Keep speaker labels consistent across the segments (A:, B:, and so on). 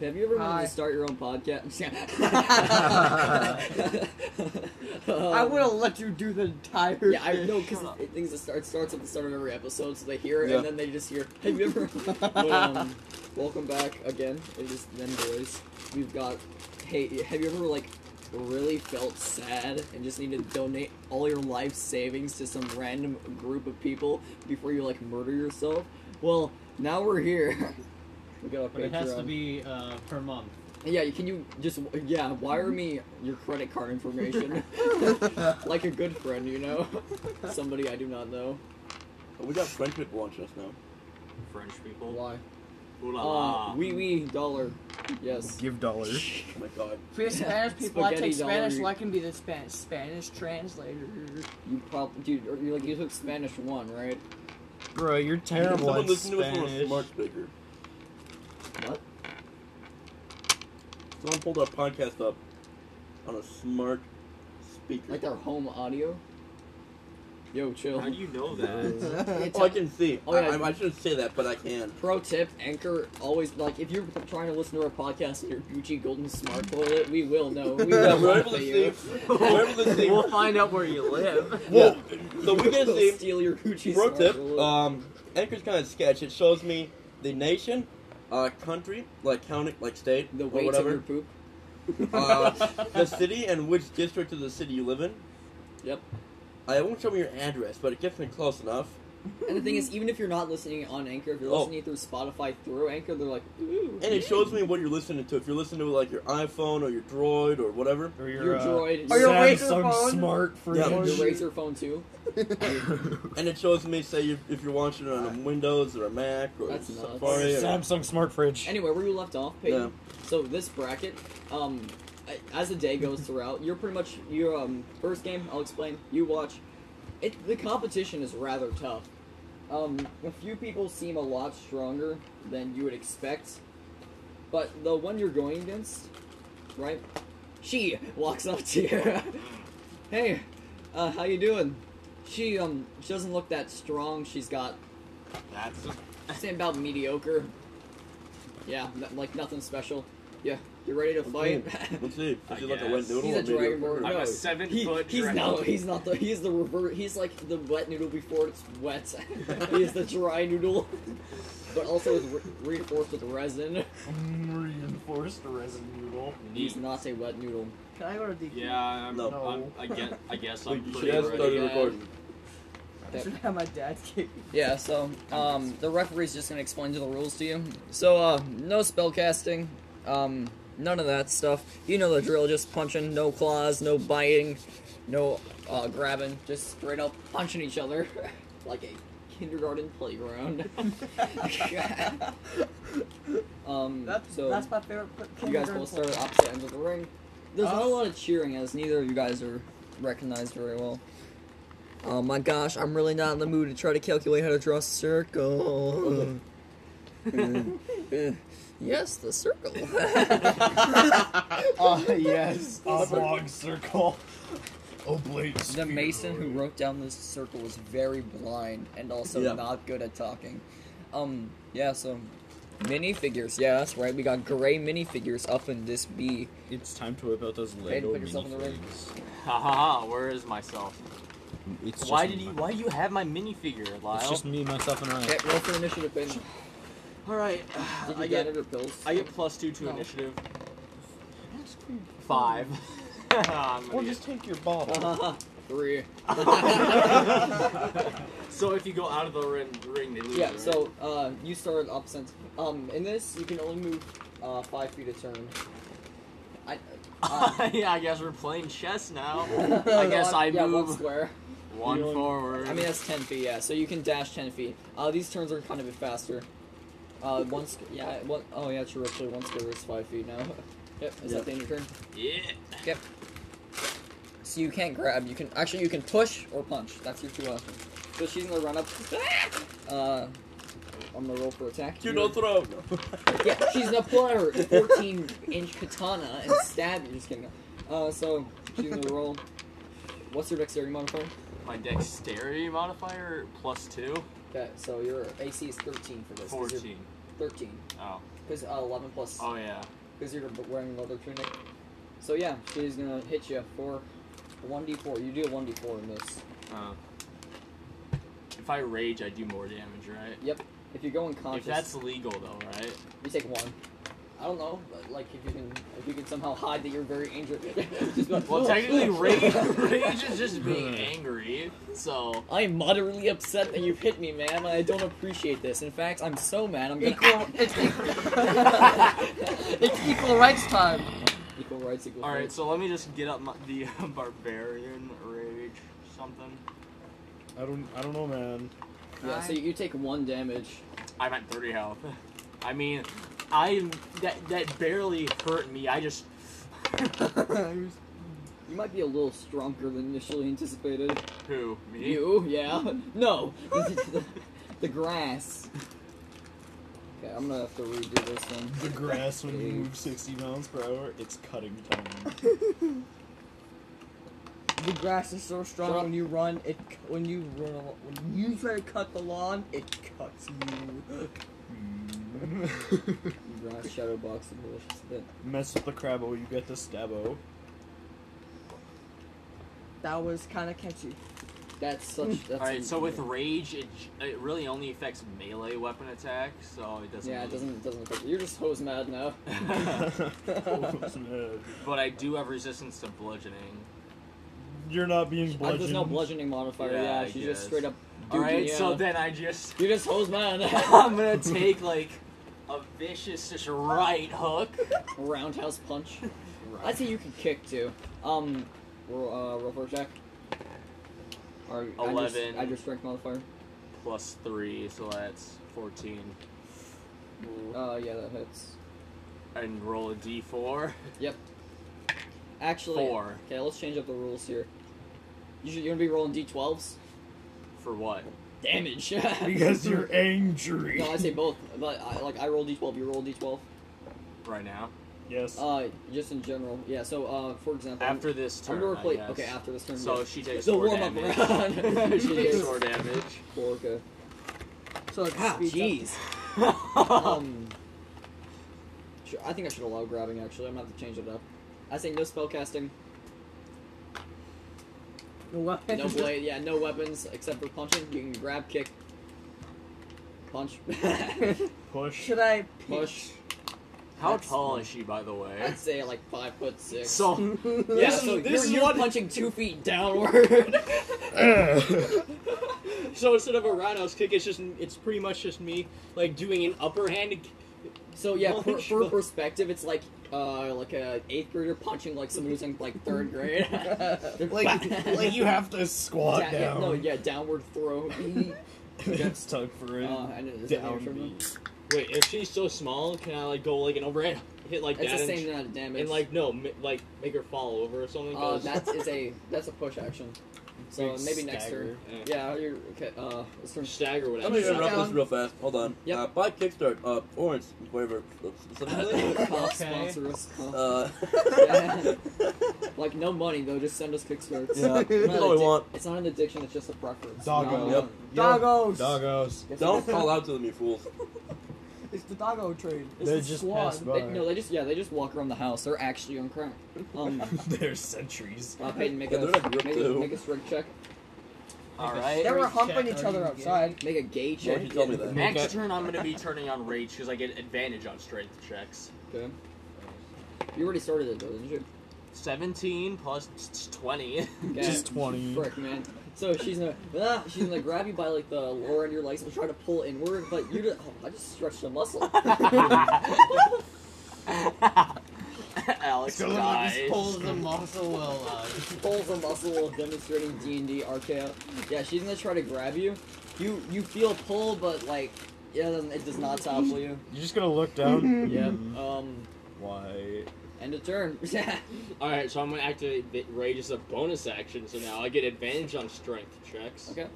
A: Have you ever wanted
B: Hi.
A: to start your own podcast? I'm just kidding. Um,
B: I would have let you do the entire.
A: Yeah, I know because it, things that start starts at the start of every episode, so they hear it
C: Yeah.
A: and then they just hear. Have you ever? but, um, welcome back again. It is them boys. We've got. Hey, have you ever like really felt sad and just need to donate all your life savings to some random group of people before you like murder yourself? Well, now we're here. we got a
D: But
A: Patreon.
D: it has to be uh, per month.
A: Yeah, can you just yeah wire me your credit card information like a good friend, you know, somebody I do not know.
C: We got French people watching us now.
E: French people.
A: Why?
E: Ooh la
A: Uh,
E: la.
A: wee wee dollar. Yes.
F: Give dollars.
C: Oh my god.
B: For the Spanish people, I
A: Spaghetti
B: take Spanish
A: dollar.
B: so I can be the Spanish, Spanish translator.
A: You probably dude, or you like you took Spanish one, right?
F: Bro, you're terrible
C: Someone
F: at
C: listen to us on a
F: Spanish.
C: smart speaker.
A: What?
C: Someone pulled our podcast up on a smart speaker.
A: Like their home audio. Yo, chill.
E: How do you know that?
A: It's
C: Oh, I can see.
A: Oh,
C: Oh,
A: yeah.
C: I, I shouldn't say that, but I can.
A: Pro tip: Anchor always like if you're trying to listen to our podcast in your Gucci golden smart toilet, we will know. We
C: Yeah,
A: will
C: we're
A: laugh
C: able
A: at
C: to
A: you.
C: see. We're able to see.
D: We'll find out where you live.
C: Whoa. So we can
A: We'll
C: see.
A: steal your Gucci
C: Pro
A: smart
C: tip,
A: toilet.
C: um, Anchor's kind of sketch. It shows me the nation, uh, country, like county, like state,
A: the
C: or
A: weight of your
C: whatever,
A: poop.
C: uh, the city, and which district of the city you live in.
A: Yep.
C: Uh, It won't show me your address, but it gets me close enough.
A: And the thing is, even if you're not listening on Anchor, if you're
C: Oh.
A: listening through Spotify through Anchor, they're like, ooh,
C: And it shows me what you're listening to. If you're listening to like your iPhone or your Droid or whatever.
F: Or
A: your
F: uh,
A: droid,
B: Or your razor
F: Samsung
B: phone.
F: smart
C: Oh, Yeah.
A: your
F: fridge.
A: Razer phone too.
C: And it shows me, say, if, if you're watching it on a Windows or a Mac or
A: That's nuts.
C: Safari. Or,
F: Samsung smart fridge.
A: Anyway, where you left off, Peyton. So this bracket, um, as the day goes throughout, you're pretty much your um first game. I'll explain. You watch. It the competition is rather tough. Um, a few people seem a lot stronger than you would expect, but the one you're going against, right? She walks up to you. hey, uh, how you doing? She um she doesn't look that strong. She's got
E: That's
A: Saying about mediocre. Yeah, n- like nothing special. Yeah, you ready to fight?
C: Let's see. Is
E: I
C: it like a wet
E: guess.
C: noodle
A: He's
C: or
A: a dragon
C: mediocre?
A: board.
E: I'm
A: No,
E: a seven
A: he,
E: foot.
A: he's
E: dragon.
A: no, he's not the. He's the reverse. He's like the wet noodle before it's wet. he's the dry noodle, but also is re- reinforced with resin.
F: Reinforced resin noodle.
A: He's not a wet noodle.
B: Can I go to DQ?
E: Yeah, I'm,
C: No.
E: I'm, I guess. I guess
C: Wait,
E: I'm
C: you
E: pretty
C: should have
E: ready.
C: started
A: Yeah.
C: recording.
B: I should have my dad kick me.
A: Yeah, so um, the referee's just gonna explain the rules to you. So uh, no spell casting, um, none of that stuff. You know the drill, just punching, no claws, no biting, no uh, grabbing, just straight up punching each other like a kindergarten playground. um,
B: That's,
A: so
B: that's my favorite. pl-
A: you guys will
B: kindergarten
A: start
B: play.
A: at opposite ends of the ring. There's not a
B: Oh.
A: lot of cheering as neither of you guys are recognized very well. Oh my gosh, I'm really not in the mood to try to calculate how to draw a circle. Uh, uh, yes, the circle.
F: Ah, yes. Oblong circle. Oblate
A: the mason who wrote down this circle was very blind and also
C: Yeah.
A: not good at talking. Um, yeah, so minifigures. Yeah, that's right. We got gray minifigures up in this B.
G: It's time to whip out those
A: Wait,
G: Lego
A: put yourself in the ring.
G: minifigs.
E: Ha ha ha! Where is myself?
G: It's just
E: why did
G: me-
E: you? Why do you have my minifigure, Lyle?
G: It's just me, myself, and I.
A: Okay, roll for initiative. Ben. Did
E: All right.
A: you
E: I
A: get,
E: get.
A: it or pills?
E: I get plus two to
B: No.
E: initiative. Five. I'm an
F: Or
E: idiot.
F: just take your bottle.
A: three.
E: so if you go out of the ring, ring they lose.
A: Yeah,
E: right?
A: so uh, you start at opposite. Um, in this, you can only move uh, five feet a turn. I, uh,
E: yeah, I guess we're playing chess now.
A: I
E: guess I
A: yeah, one
E: move.
A: square.
E: One
F: Feeling-
E: forward.
A: I mean, that's ten feet. Yeah, so you can dash ten feet. Uh, these turns are kind of a bit faster. Uh, one squ- yeah, one, oh yeah, true. Actually, one square is five feet now. Yep, is that
C: Yep.
A: the end of your turn?
E: yeah.
A: Yep. So you can't grab. You can actually you can push or punch. That's your two options. So she's gonna run up. Uh, on the roll for attack.
C: Do
A: You're-
C: not throw.
A: Yeah, she's gonna pull out her 14 inch katana and stab you. Just kidding. Uh, so she's gonna roll. What's your dexterity modifier?
E: My dexterity modifier plus two.
A: Okay, so your AC is 13 for this. 'cause you're
E: 14.
A: 13.
E: Oh.
A: because uh, eleven plus
E: Oh yeah.
A: because you're wearing leather tunic. So yeah, she's gonna hit you for one d four. You do one d four in this.
E: Uh, if I rage, I do more damage, right?
A: If you go
E: If
A: unconscious,
E: that's legal though, right?
A: you take one. I don't know, but, like if you can if you can somehow hide that you're very injured. Just like,
E: Well, technically, rage rage is just being angry. So
A: I'm utterly upset that you've hit me, man. and I don't appreciate this. In fact, I'm so mad. I'm gonna
B: Equal. It's equal. it's equal rights time.
A: equal rights, equal
E: all right,
A: rights.
E: so let me just get up my, the uh, barbarian rage something.
F: I don't. I don't know, man.
A: Yeah, so
B: I-
A: you, you take one damage.
E: I'm at 30 health. I mean, I that that barely hurt me. I just
A: You might be a little stronger than initially anticipated.
E: who me?
A: You? Yeah. No. the, grass. Okay, I'm gonna have to redo this one.
F: The grass when you
A: Eight.
F: move 60 miles per hour, it's cutting time.
B: The grass is so strong
A: Shut up.
B: when you run. It c- when you run al- when you try to cut the lawn, it cuts you.
A: Grass shadow box the delicious bit.
F: Mm. Mess with the crabbo, you get the stabbo.
B: That was kind of catchy.
A: That's such. That's
E: All right, so with rage, it it really only affects melee weapon attack, so it doesn't.
A: yeah, it
E: really-
A: doesn't it doesn't. affect- You're just hose mad now.
E: but I do have resistance to bludgeoning.
F: You're not being
A: Uh,
F: bludgeoned.
A: there's no bludgeoning modifier.
E: Yeah,
A: Yeah,
E: I
A: she's
E: guess.
A: just straight up.
E: All right,
A: dookie,
E: so
A: yeah.
E: then I just
A: you're just hose mad.
E: I'm gonna take like a vicious just right hook.
A: Roundhouse punch. I'd say you can kick too. Um, ro- uh, roll for attack. Or add your-
E: Eleven.
A: Add your strength modifier.
E: Plus three, so that's 14.
A: Uh, yeah, that hits.
E: And roll a d4.
A: Actually,
E: Four.
A: Okay, let's change up the rules here. You should, you're gonna be rolling d12s.
E: For what?
A: Damage.
F: because you're angry.
A: no, I say both. But I, like I roll d12, you roll d12.
E: Right now?
F: yes.
A: Uh, just in general, yeah. So, uh, for example, I'm-
E: After this
A: I'm
E: turn.
A: gonna
E: I
A: replace.
E: guess.
A: Okay, after this turn.
E: So
A: yeah.
E: she takes
A: The
E: four
A: warm-up
E: damage.
A: round.
E: she takes
A: Yes.
E: four damage.
A: four, okay.
B: So it
E: Ah,
A: Wow,
B: speeds up.
A: Ah, jeez. um, sure, I think I should allow grabbing. Actually, I'm gonna have to change it up. I say no spellcasting,
B: The weapon-
A: no blade. Yeah, no weapons except for punching. You can grab, kick, punch.
F: Push.
B: Should I pick-
A: Push.
E: How
A: That's-
E: tall is she, by the way?
A: I'd say like five foot six.
E: So
A: yeah,
E: this
A: so
E: is- this
A: you're,
E: is
A: you're
E: what-
A: punching two feet downward.
D: So instead of a roundhouse kick, it's just it's pretty much just me like doing an upper hand.
A: so yeah, for,
D: Punch.
A: for perspective, it's like uh like a eighth grader punching like someone who's in like third grade.
F: Like, like you have to squat
A: Da- yeah,
F: down.
A: no, yeah, downward throw.
F: That's tough for it.
A: Uh, and is that
F: down
A: your turn?
F: beat.
D: Wait, if she's so small, can I like go like an overhead hit like
A: It's
D: that
A: the
D: and,
A: same amount of damage.
D: and like no mi- like make her fall over or
E: Oh,
D: something?
A: uh,
D: 'Cause-
A: that is a that's a push action. So
F: Big
A: maybe next turn.
D: eh,
A: Yeah, you're okay. Uh, it's turn.
D: stagger
C: Let
D: whatever.
C: me interrupt
B: down.
C: this real fast. Hold on.
A: Yep.
C: Uh, by Kickstart, uh, Orange, whatever, specifically.
A: Cough,
D: Okay.
A: sponsor us. cough.
C: uh,
A: Like no money though, just send us Kickstarts.
C: yeah,
A: It's
C: that's
A: not
C: all we
A: addic-
C: want.
A: It's not an addiction. It's just a preference.
F: Doggo.
A: No.
C: Yep.
B: doggos?
F: Doggos.
A: It's-
C: Don't call out to them, you fools.
B: It's the doggo trade. It's
F: They
B: the
F: just
B: squad.
F: passed by.
A: They, no, they just yeah, they just walk around the house. They're actually on crack. Um,
F: They're sentries.
A: uh, Peyton, make a
C: Yeah, they're not real
A: make, a
C: too.
A: make a strength check.
E: all
B: They
E: right.
D: There
B: were
D: Strength
B: humping
D: check,
B: each
D: are
B: other
D: you
B: outside.
A: Make a gay check.
C: Why'd you tell me that?
E: Next
F: Okay.
E: turn, I'm gonna be turning on rage because I get advantage on strength checks.
A: Okay. You already started it though, didn't you?
E: 17 plus t- 20.
A: Okay.
F: Just 20.
A: Frick, man. So she's gonna, ah, she's gonna grab you by like the lower end of your legs and try to pull inward, but you just, oh, I just stretched a muscle.
E: Alex
F: It's gonna look like
E: dies.
D: the
A: Mm.
D: muscle will. Uh,
A: Pulls a muscle while demonstrating D and D RKO. Yeah, she's gonna try to grab you. You you feel pull, but like yeah, it doesn't- it does not topple you.
F: You're just gonna look down.
A: Yep. Um,
F: Why?
A: end of turn. yeah.
D: all right, so I'm gonna activate the rage as a bonus action. So now I get advantage on strength checks.
A: Okay.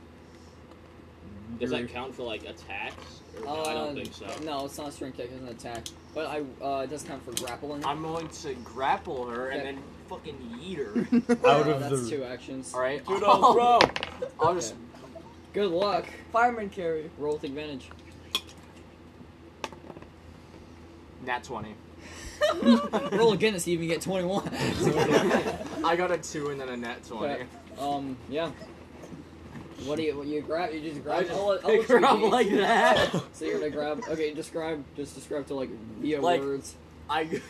D: Does that count for like attacks? Or no, I
E: Um,
A: Uh,
D: don't think so.
A: No, it's not a string kick. It's an attack. But I uh, it does count for grappling.
E: I'm going to grapple her and
A: Okay.
E: then fucking eat her.
F: Out
A: Uh,
F: of
A: that's
F: the-
A: two actions.
E: All right.
C: Dude, oh, bro.
E: I'll just
A: Good luck.
B: Fireman carry.
A: Roll with advantage.
E: Nat 20.
A: Roll again to see if you get 21.
E: I got a 2 and then a nat 20.
A: Okay. um, yeah. What do you, what you grab? You just
E: I
A: grab.
E: just
A: I'll let- I'll let
E: pick her
A: you
E: up
A: be-
E: like that.
A: So you're gonna grab. Okay, describe. Just describe to like via
E: Like,
A: words.
E: I
A: Top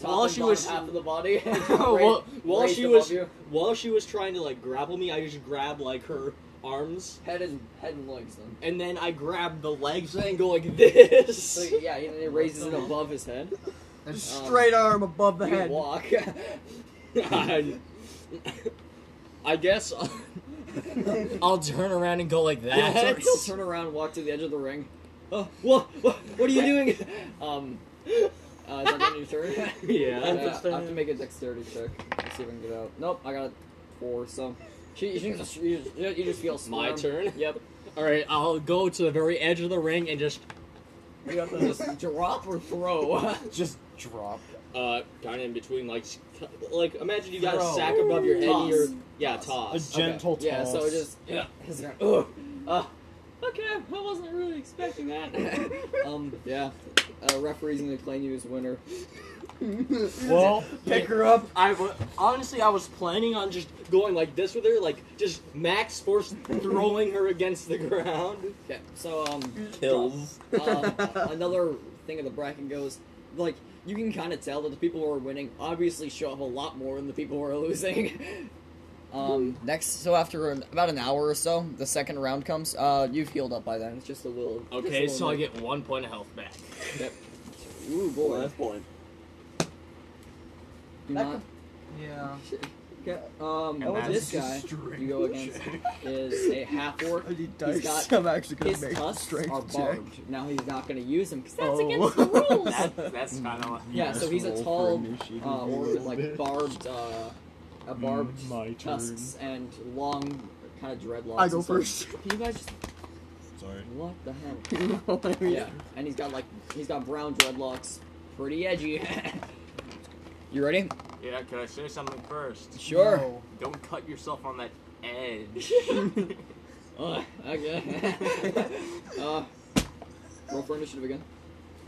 E: while
A: and
E: she
A: bottom
E: was-
A: half of the body.
D: while, while
A: raised
D: she
A: above
D: was
A: you.
D: while she was trying to like grapple me, I just grabbed like her arms
A: head and head and legs then.
D: and then I grabbed the legs and go like this.
A: So yeah, he, he raises it above his head.
B: A
A: Um,
B: straight arm above the
A: you
B: head.
A: walk.
D: I, I guess I'll, I'll turn around and go like
A: He'll
D: that.
A: turn, he'll turn around, walk to the edge of the ring.
D: Uh, what, what? What are you doing?
A: Um, uh, is that the new turn?
D: yeah.
A: Yeah, I have to make a dexterity check. Let's see if I can get out. Nope, I got a four. So, she, she just, you, just, you just feel
D: My
A: swarmed.
D: turn.
A: Yep.
D: Um, All right. I'll go to the very edge of the ring and just
A: You have to just drop or throw.
F: Just drop.
D: uh kind of in between like s- like imagine you got
F: Throw.
D: a sack above your head. and
A: Toss.
D: You're, yeah,
F: A
D: toss.
F: gentle toss.
A: yeah. So just
D: Yeah.
A: It's like, Ugh. Uh, okay, I wasn't really expecting that. um. Yeah. Uh, referees gonna claim you as winner.
F: Well,
B: Pick her up.
E: I w- honestly I was planning
D: planning on just going like this with her, like just max force throwing her against the ground.
A: Okay. So um.
C: Kills.
A: um, another thing of the bracket goes like you can kind of tell that the people who are winning obviously show up a lot more than the people who are losing. Um, next, so after an, about an hour or so, the second round comes. Uh, you've healed up by then. It's just a little. just a
E: Okay,
A: little
E: so I
A: bit.
E: get 1 point of health back.
A: Ooh boy.
C: Last point.
A: Do not.
B: Yeah.
A: Okay, um,
E: And
A: this
E: that's
A: guy you go against Oh, is a half orc.
B: I need
A: He's
B: dice.
A: got
B: I'm actually gonna
A: His
B: make a
A: tusks
B: strength
A: are
B: check.
A: barbed. Now he's not going to use them because that's
B: Oh.
A: against the rules.
E: That, that's kind of
A: Yeah, so he's a
G: Roll for
A: tall
G: initiative.
A: uh, or with, like barbed, uh, a
E: Hmm.
A: barbed
F: Mm, my turn.
A: tusks and long kind of dreadlocks.
B: I go
A: and stuff.
B: first.
A: Can you guys just
F: Sorry.
A: what the hell?
B: You know what I mean?
A: Yeah, and he's got like he's got brown dreadlocks, pretty edgy. you ready?
E: Yeah, can I say something first?
A: Sure.
B: No.
E: Don't cut yourself on that edge.
A: Uh, okay. uh, roll for initiative again.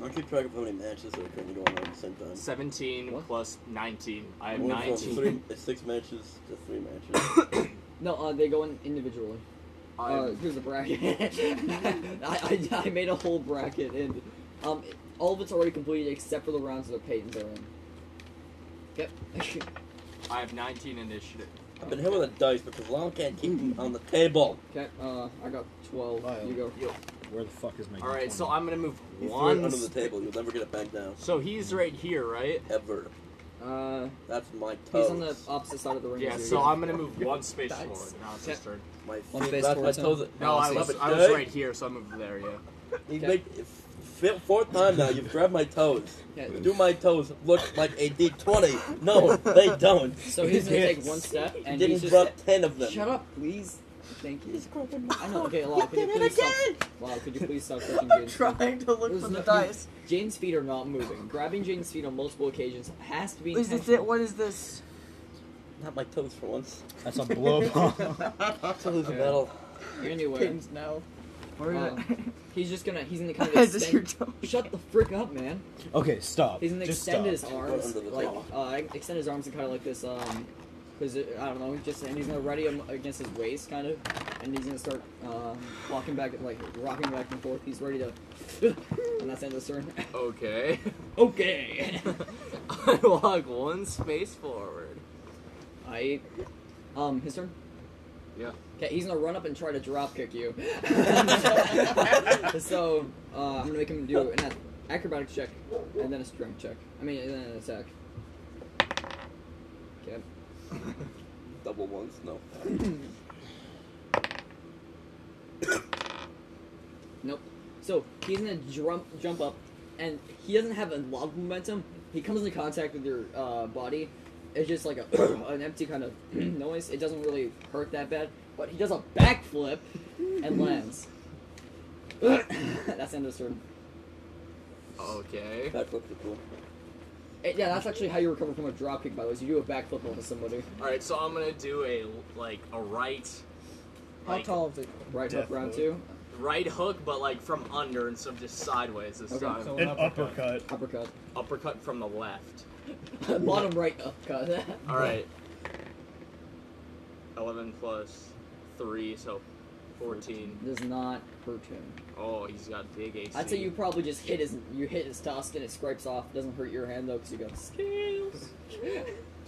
C: I'll keep track of how many matches are currently going on at the same time.
E: 17
A: What?
E: plus 19. I have
C: Went from
E: 19.
C: Three, uh, six matches to three matches.
A: No, uh, they go in individually.
E: I
A: Uh, here's a bracket. I, I, I made a whole bracket, and um, all of it's already completed except for the rounds that Peyton's are in. Yep.
E: I have 19 initiative.
C: I've been hitting the dice because Lon can't keep them on the table.
A: okay. Uh, I got twelve.
F: Wow.
A: You go.
G: Where the fuck is my?
E: All right, so I'm gonna move
C: You threw it
E: one.
C: under the table. You'll never get it back down.
E: So he's right here, right?
C: Ever.
A: Uh,
C: That's my
A: he's
C: toes.
A: on the uh, opposite side of the ring.
E: Oh. Yeah.
A: as you.
E: So I'm gonna move one space
B: Dice.
E: forward. Now it's his turn.
C: My
A: On
C: feet.
A: base
C: That's my
A: forward,
C: toes.
E: No, I
C: Stop
E: was
C: it,
E: I was
C: dude.
E: right here, so I moved there. Yeah.
C: You
A: Okay.
C: make f- fourth time now. You've grabbed my toes.
A: Okay,
C: Do my toes look like a D20? No, they don't.
A: So he's gonna take one step,
C: You
A: and
C: didn't
A: he's just.
C: drop ten of them.
A: Shut up, please. Thank you. I know. Okay, Lyle, could you
B: did it
A: please stop? Wow, could you please stop touching
B: I'm
A: Jane's feet?
B: trying to look
A: There's
B: for the
A: nothing-
B: dice.
A: Jane's feet are not moving. Grabbing Jane's feet on multiple occasions has to be.
B: Is this
A: intentional.
B: it? What is this?
C: Not my toes for once.
G: That's a blow bomb.
C: To lose a battle.
A: Anyway,
B: Pins now. Where
A: Uh,
B: is
A: he's just gonna he's gonna kind
B: it?
A: of
B: Is this your
A: extend.
B: toe?
A: Shut the frick up, man.
G: okay, stop.
A: He's gonna
G: Just
A: extend
G: stop.
A: his arms
C: Go under the
A: like
C: towel.
A: uh, extend his arms and kind of like this um, because I don't know, just and he's gonna ready him against his waist kind of, and he's gonna start uh, walking back like rocking back and forth. He's ready to, and that's the end of his turn.
E: Okay.
A: okay,
E: I walk one space forward.
A: I, um, his turn.
E: Yeah.
A: Okay, he's gonna run up and try to drop kick you. so uh, I'm gonna make him do an ac- acrobatic check and then a strength check. I mean, and then an attack. Okay.
C: Double ones. No.
A: Nope. So he's gonna jump jump up, and he doesn't have a lot of momentum. He comes into contact with your uh, body. It's just like a an empty kind of noise. It doesn't really hurt that bad, but he does a backflip and lands. that's the end of his turn.
E: Okay.
C: That looks cool.
A: Eh, yeah, that's actually how you recover from a dropkick, by the way. Is you do a backflip onto somebody.
E: All right, so I'm gonna do a like a right.
B: How
E: like-
B: tall is it?
A: Right up round
F: Deathloop.
A: two.
E: right hook, but like from under instead of just sideways this
A: Okay,
E: time.
D: so
G: An uppercut.
A: Uppercut.
E: Uppercut from the left.
A: Bottom right uppercut.
E: All right. Eleven plus three, so fourteen.
A: Does not hurt him.
E: Oh, he's got big AC.
A: I'd say you probably just hit his you hit his tusk and it scrapes off. Doesn't hurt your hand though because you got scales.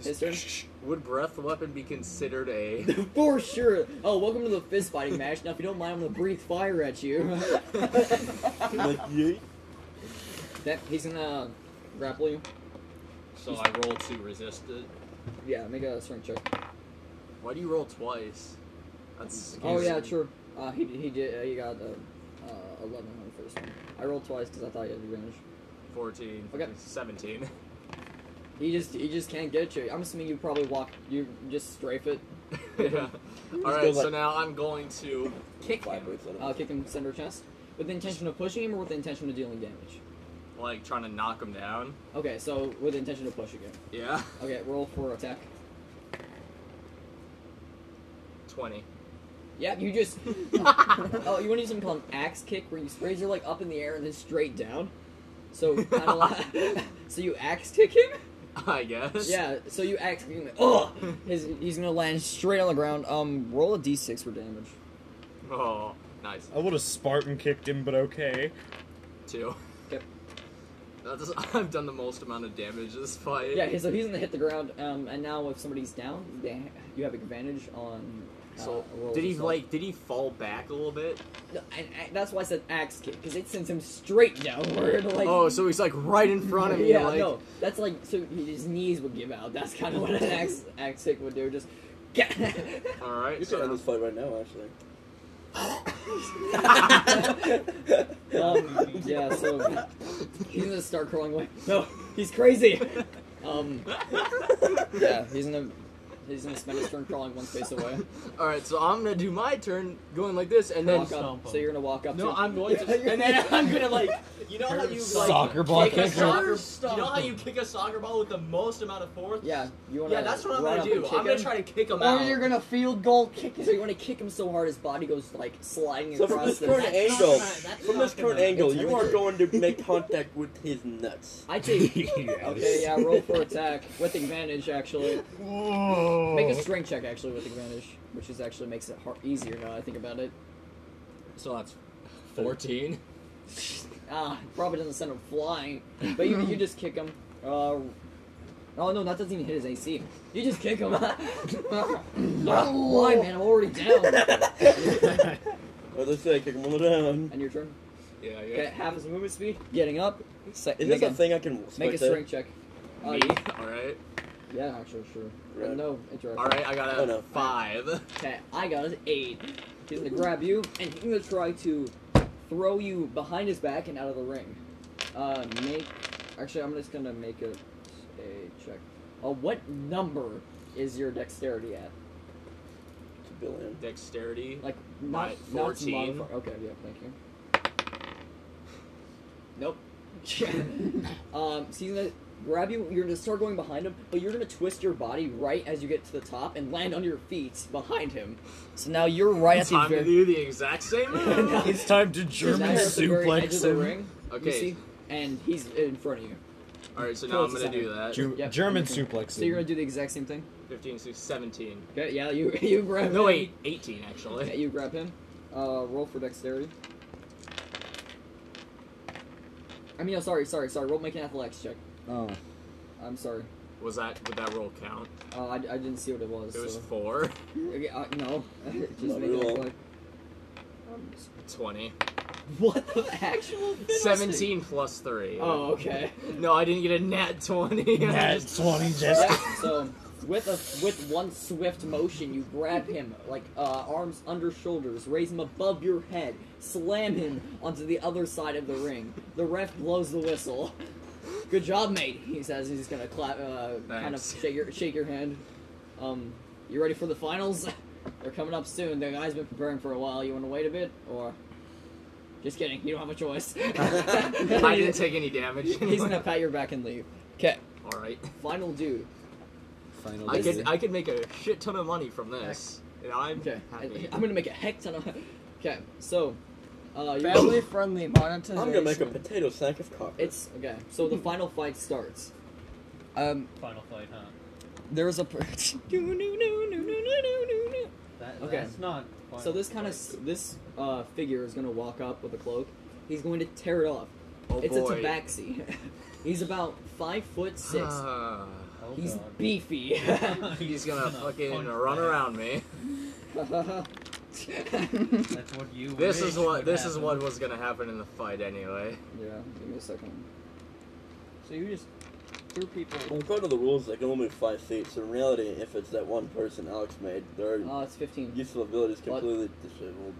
A: His turn.
E: Would breath weapon be considered a?
A: For sure. Oh, welcome to the fist fighting match. Now, if you don't mind, I'm gonna breathe fire at you.
C: Like, yeet.
A: that he's gonna uh, grapple you.
E: so I roll to resist it.
A: Yeah, make a strength check.
E: Why do you roll twice? That's
A: Oh yeah,
E: confusing.
A: sure. Uh, he he did. Uh, he got uh, uh, eleven on the first one. I rolled twice because I thought you had advantage.
E: Fourteen.
A: Okay.
E: Seventeen.
A: He just he just can't get you. I'm assuming you probably walk. You just strafe it.
E: yeah. All
C: go
E: right. So
C: like-
E: now I'm going to kick
C: Five
E: him,
C: minutes later.
A: Uh, kick him center chest with the intention of pushing him or with the intention of dealing damage.
E: like trying to knock him down.
A: Okay, so with the intention of pushing him.
E: Yeah.
A: Okay, roll for attack.
E: Twenty.
A: Yep, you just. oh, you want to use something called an axe kick, where you sprays your leg up in the air and then straight down. So kind of like, so you axe kick him.
E: I guess.
A: Yeah, so you axe kick him. Oh, his, he's gonna land straight on the ground. Um, roll a d6 for damage.
E: Oh, nice.
G: I would have Spartan kicked him, but okay.
E: Two.
A: Okay.
E: That's, I've done the most amount of damage this fight.
A: Yeah, so he's gonna hit the ground. Um, and now if somebody's down, they, you have advantage on. uh,
E: So
A: rolls
E: did he
A: of stealth.
E: like? Did he fall back a little bit?
A: No, And, and that's why I said axe kick because it sends him straight downward. Like,
E: oh, so he's like right in front of me.
A: yeah,
E: like,
A: no, that's like so his knees would give out. That's kind of what an axe axe kick would do. Just get.
E: All right.
C: You could end
E: so-
C: this fight right now, actually.
A: um, yeah, so he's gonna start crawling away. No, he's crazy. Um, yeah, he's gonna he's gonna spend his turn crawling one space away.
E: All right. So I'm gonna do my turn going like this, and then
A: walk up. So you're gonna walk up.
E: no,
A: to
E: I'm going
A: Yeah, you're-
E: to, and then I'm gonna like, you know how you like
G: Soccer ball
E: kick a
G: kicker.
E: soccer, you know how you kick a soccer ball with the most amount of force.
A: Yeah, you wanna
E: Yeah, that's what I'm
A: run
E: gonna
A: up and
E: do. I'm
A: kick
E: gonna
A: him?
E: try to kick him
A: Or
E: out.
A: you're gonna field goal kick him. So you want to kick him so hard his body goes like sliding
C: So from
A: across the
C: this current
A: net.
C: angle,
E: not- that's
C: from
E: not
C: this current
E: gonna-
C: angle,
A: It's
C: you are going to make contact with his nuts.
A: I take. Okay, yeah, roll for attack with advantage. Actually,
G: Whoa.
F: Oh.
A: make a strength check actually with advantage, which is actually makes it hard, easier now. that I think about it.
D: So that's 14.
A: Ah, probably doesn't send him flying, but you, you just kick him. Uh, oh no, that doesn't even hit his AC. You just kick him. oh, why, man? I'm already down.
C: Or let's say, kick him all down.
A: And your turn.
E: yeah, yeah.
A: Okay, half his movement speed. Getting up. Se-
C: Is
A: make
C: this a
A: a,
C: thing I can
A: make a
C: spectate?
A: strength check. Uh,
E: Me.
A: yeah,
E: All right.
A: yeah, actually, sure.
C: Right.
A: But no interruption.
E: All right. I got a
C: Oh, no.
E: five.
A: Okay, I got an eight. He's gonna grab you, and he's gonna try to throw you behind his back and out of the ring. Uh, make. Actually, I'm just gonna make a, a check. Uh, what number is your dexterity at?
C: It's a billion.
E: Dexterity.
A: Like not,
E: My
A: not some
E: 14.
A: modifi- Okay, yeah, thank you. Nope. um, so he's gonna grab you. You're gonna start going behind him, but you're gonna twist your body right as you get to the top and land on your feet behind him. So now you're right at the
E: Time
A: very.
E: to do the exact same move.
G: It's time to
A: He's
G: German
A: at the very edge of
G: suplex
A: the
G: him.
A: ring, you
E: Okay.
A: see, and he's in front of you.
E: All right. So now
A: Towards
E: I'm
A: the
E: gonna do
A: center.
E: that.
G: Ju-
A: Yep,
G: German
A: okay.
G: suplex.
A: So you're gonna do the exact same thing.
E: 15, 16, 17.
A: Okay, yeah, you you grab.
E: No,
A: him.
E: wait, 18 actually.
A: Yeah, you grab him. Uh, roll for dexterity. I mean, oh, sorry, sorry, sorry. Roll make an athletics check.
G: Oh.
A: I'm sorry.
E: Was that would that roll count?
A: Uh, I, I didn't see what it was.
E: It was
A: so.
E: four.
A: Okay, uh, no. Just
C: Not
A: make an
C: real.
A: athletic-
E: 20.
A: What the actual?
E: 17 plus three.
A: Oh, okay.
E: No, I didn't get a nat 20.
G: Nat 20 just.
A: Yeah, so with a with one swift motion, you grab him like uh, arms under shoulders, raise him above your head, slam him onto the other side of the ring. The ref blows the whistle. Good job, mate. He says he's gonna clap, uh, kind of
E: Thanks.
A: shake your shake your hand. Um, you ready for the finals? They're coming up soon. The guy's been preparing for a while. You want to wait a bit, or just kidding? You don't have a choice.
E: I didn't take any damage.
A: He's gonna pat your back and leave. Okay,
E: All right.
A: final dude.
G: Final
E: I
G: decision.
E: could I could make a shit ton of money from this. And I'm
A: Okay, I,
E: happy.
A: am gonna make a heck ton of. Okay, so Uh, you-
B: Family friendly monetization.
C: I'm gonna make a potato sack of cock.
A: It's okay. So the final fight starts. Um,
D: Final fight, huh?
A: there was a. Per-
D: That,
A: Okay.
D: That's not.
A: so this kind of this uh, figure is gonna walk up with a cloak. He's going to tear it off.
E: Oh
A: it's
E: boy.
A: a tabaxi. He's about five foot six.
E: Ah,
D: Oh,
A: He's
D: God.
A: beefy.
E: he's gonna fucking
D: punch
E: run
D: that.
E: around me.
A: yeah.
D: That's what you.
E: This is
D: wish
E: what
D: would
E: this is
D: happen.
E: what was gonna happen in the fight anyway.
A: Give me a second.
B: So you just threw people.
C: Well, according to the rules, they can only move five feet. So in reality, if it's that one person Alex made, their
A: Oh, it's fifteen.
C: useful ability is
A: What?
C: completely disabled.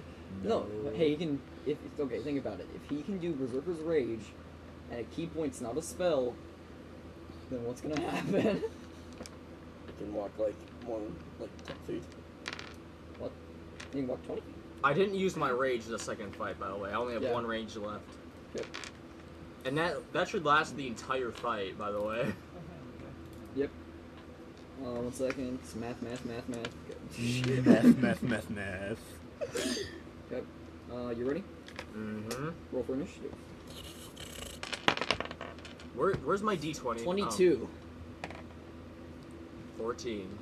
A: No. no. Hey, you can. If it's okay, think about it. If he can do Berserker's Rage, and a key point's not a spell, then what's gonna happen?
C: You can walk like more than like ten feet.
A: you can walk twenty.
E: I didn't use my rage the second fight, by the way. I only have
A: Yeah.
E: one rage left.
A: Yep.
E: And that that should last the entire fight, by the way.
A: Uh, one second. It's math, math, math, math. Okay.
F: meth, meth, meth, meth.
A: uh, you ready?
E: Mm-hmm.
A: Roll for initiative.
E: Where, where's my D twenty? Oh.
A: Twenty-two.
E: Fourteen.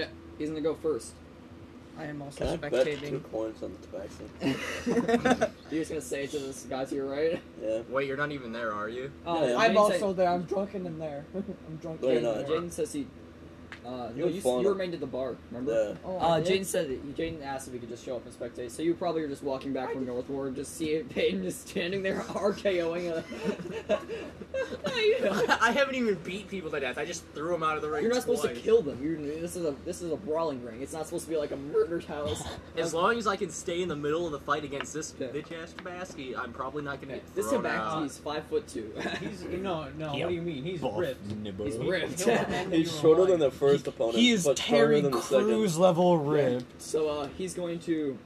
A: um, He's gonna go first.
B: I am
C: Can
B: also
C: I bet two
B: spectating.
C: coins on the tabaxi?
A: You're just gonna say it to this guy to your right.
C: Yeah.
E: Wait, you're not even there, are you?
A: Uh,
C: Yeah.
A: Jaden
B: I'm
A: said-
B: also there. I'm drunken in there. I'm drunk.
C: No, you're
B: in
C: not.
B: there.
A: Jaden says he. Uh,
C: You
A: no,
C: were
A: you, s-
C: falling
A: you
C: up.
A: remained at the bar. Remember?
C: Yeah.
B: Oh, I
A: Uh,
B: did?
A: Jaden said that Jaden asked if he could just show up and spectate, so you probably were just walking back from Northward, just see it, Peyton just standing there RKOing. A...
E: I haven't even beat people to death. I just threw them out of the ring.
A: You're not supposed to
E: twice.
A: kill them. You're, this is a this is a brawling ring. It's not supposed to be like a murder's house.
E: As long as I can stay in the middle of the fight against this
A: Yeah.
E: bitch ass Tabasky, I'm probably not gonna get
A: This
E: thrown out.
A: Tabaxi is five foot two.
D: He's no, no.
G: Yeah.
D: What do you mean? He's
F: Buff
D: ripped.
F: nibble.
A: He's ripped.
D: He'll remember you
C: He's
D: were
C: shorter
D: alive.
C: than the first opponent.
G: He is
C: but stronger
G: Terry
C: than the second.
G: Crews level rip.
A: so uh, he's going to.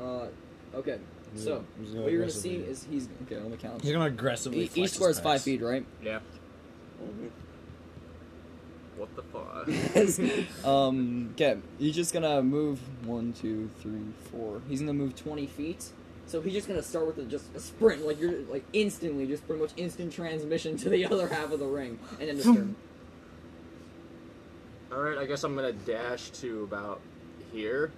A: Uh, okay, so
F: He's
A: what you're gonna see is he's okay. Let me count.
G: He's gonna aggressively.
A: E- each
G: flex his
A: square is five
G: pecs.
A: feet, right?
E: Yeah.
C: Mhm.
E: What the fuck?
A: um, okay, he's just gonna move one, two, three, four. He's gonna move twenty feet. So he's just gonna start with a, just a sprint, like you're like instantly, just pretty much instant transmission to the other half of the ring, and then just turn.
E: All right, I guess I'm gonna dash to about here.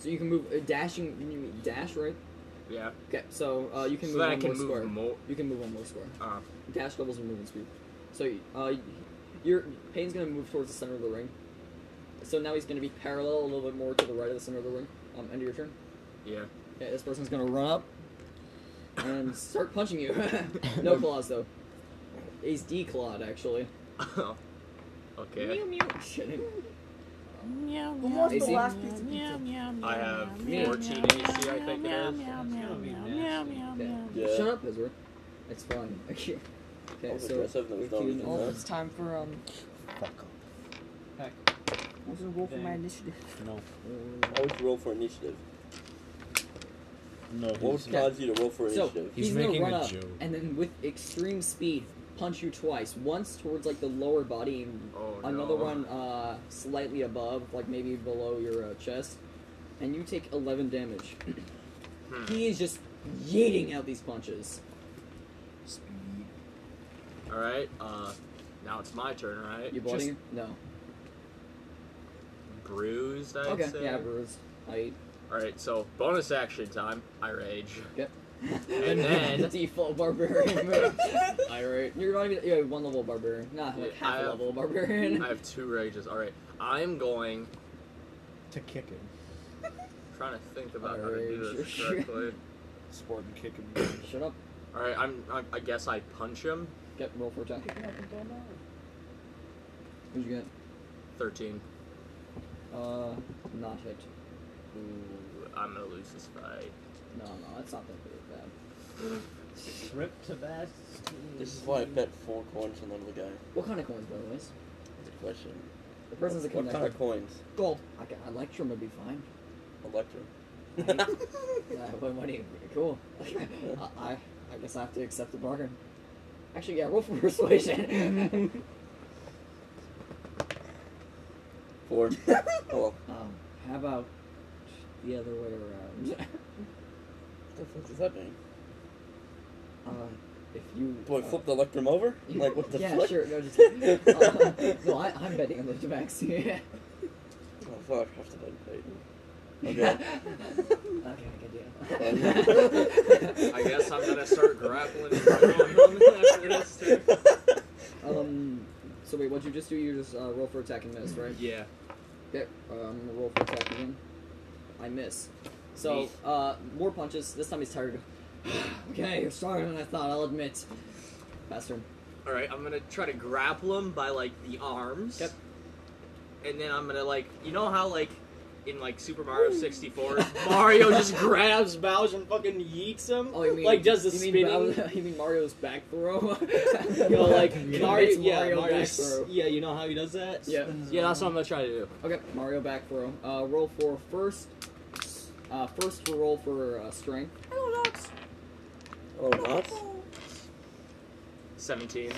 A: So you can move uh, dashing. You mean dash, right?
E: Yeah.
A: Okay, so uh, you can move
E: so that I
A: one
E: can
A: more
E: move
A: square.
E: more.
A: You can move one more square.
E: Uh,
A: Dash doubles your movement speed. So uh, your Payne's gonna move towards the center of the ring. So now he's gonna be parallel a little bit more to the right of the center of the ring. Um, end of your turn.
E: yeah.
A: Okay, this person's gonna run up and start punching you. no claws though. He's declawed actually.
E: okay.
A: Meow, meow. Shit.
B: What was the
A: AC?
B: last piece of pizza?
E: I have
A: meow,
E: 14 AC, I think it is.
D: It's gonna be nasty.
C: Yeah.
A: Shut up, Ezra. It's fine. Okay,
C: I was
A: so
C: aggressive and it was
A: we're
C: dumb,
A: queuing
C: you
A: up.
C: know?
B: Oh, it's time for um.
D: Heck,
B: I was gonna roll for my
D: Dang.
B: initiative.
G: No.
C: I would roll for initiative.
F: No,
C: What would
F: he's
C: cause you to roll for
A: so
C: initiative?
A: he's,
G: He's
A: gonna
G: making
A: run
G: a
A: up
G: joke.
A: and then with extreme speed punch you twice. Once towards like the lower body and
E: Oh no.
A: another one uh, slightly above, like maybe below your uh, chest, and you take 11 damage.
E: Hmm.
A: He is just yeeting out these punches.
F: Speed.
E: All right. Uh, now it's my turn, right?
A: You bloody? No.
E: bruised, I'd
A: Okay.
E: say.
A: Yeah, bruised. I
E: All right. So bonus action time. I rage.
A: and
E: then-
A: default barbarian move. Irate. You're not even yeah, one level barbarian. Not like
E: Yeah,
A: half
E: I
A: a
E: have-
A: level barbarian.
E: I have two rages. All right. I'm going.
G: To kick him.
E: Trying to think about
A: I
E: how to do
A: rage.
E: this correctly.
F: Sport and kick him.
A: Shut up.
E: All right. I'm, I'm. I guess I punch him.
A: Get roll for attack. What'd you get?
E: Thirteen.
A: Uh, not hit.
E: Ooh, I'm gonna lose this fight.
A: No, no, it's not that big of bad.
D: Rip to best.
C: This is why I bet four coins on the other guy.
A: What kind of coins, by the way?
C: That's the question.
A: The person's a
C: What kind
A: connector.
C: of coins?
A: Gold. I, ca- I like trim would be fine.
C: Electrum.
A: Yeah, but money, cool. I, I, I guess I have to accept the bargain. Actually, yeah, roll for persuasion.
C: Four. oh well.
A: um, how about the other way around.
C: What the fuck is happening?
A: uh, if you
C: Do I
A: uh,
C: flip the electrum over? Like, what the
A: yeah,
C: fuck?
A: sure. No, just, uh, no I, I'm betting on the vaccine.
C: Oh, fuck. Oh, I have to bed Okay.
A: Okay, good
C: Um,
A: deal.
E: I guess I'm gonna start grappling and going after this too.
A: um, so wait, what'd you just do? You just uh, roll for attack and miss, right?
E: Yeah.
A: Okay, um, roll for attack again. I miss. So,
E: Neat.
A: uh, more punches. This time he's tired. okay, you're stronger than I thought. I'll admit. Faster.
E: All right, I'm gonna try to grapple him by like the arms.
A: Yep.
E: And then I'm gonna like, you know how like in like Super Mario 64, Mario just grabs Bowser and fucking yeets him.
A: Oh, you mean
E: like does the
A: you
E: spinning?
A: Mean Bowser- you mean Mario's back throw?
E: you know, like
A: Yeah.
E: Mario,
A: It's
E: yeah,
A: Mario
E: Mario
A: back throw.
E: yeah, you know how he does that?
A: Yeah.
E: Yeah, that's what I'm gonna try to do.
A: Okay, Mario back throw. Uh, roll for first. Uh, first roll for uh, strength.
C: oh, nuts?
E: 17.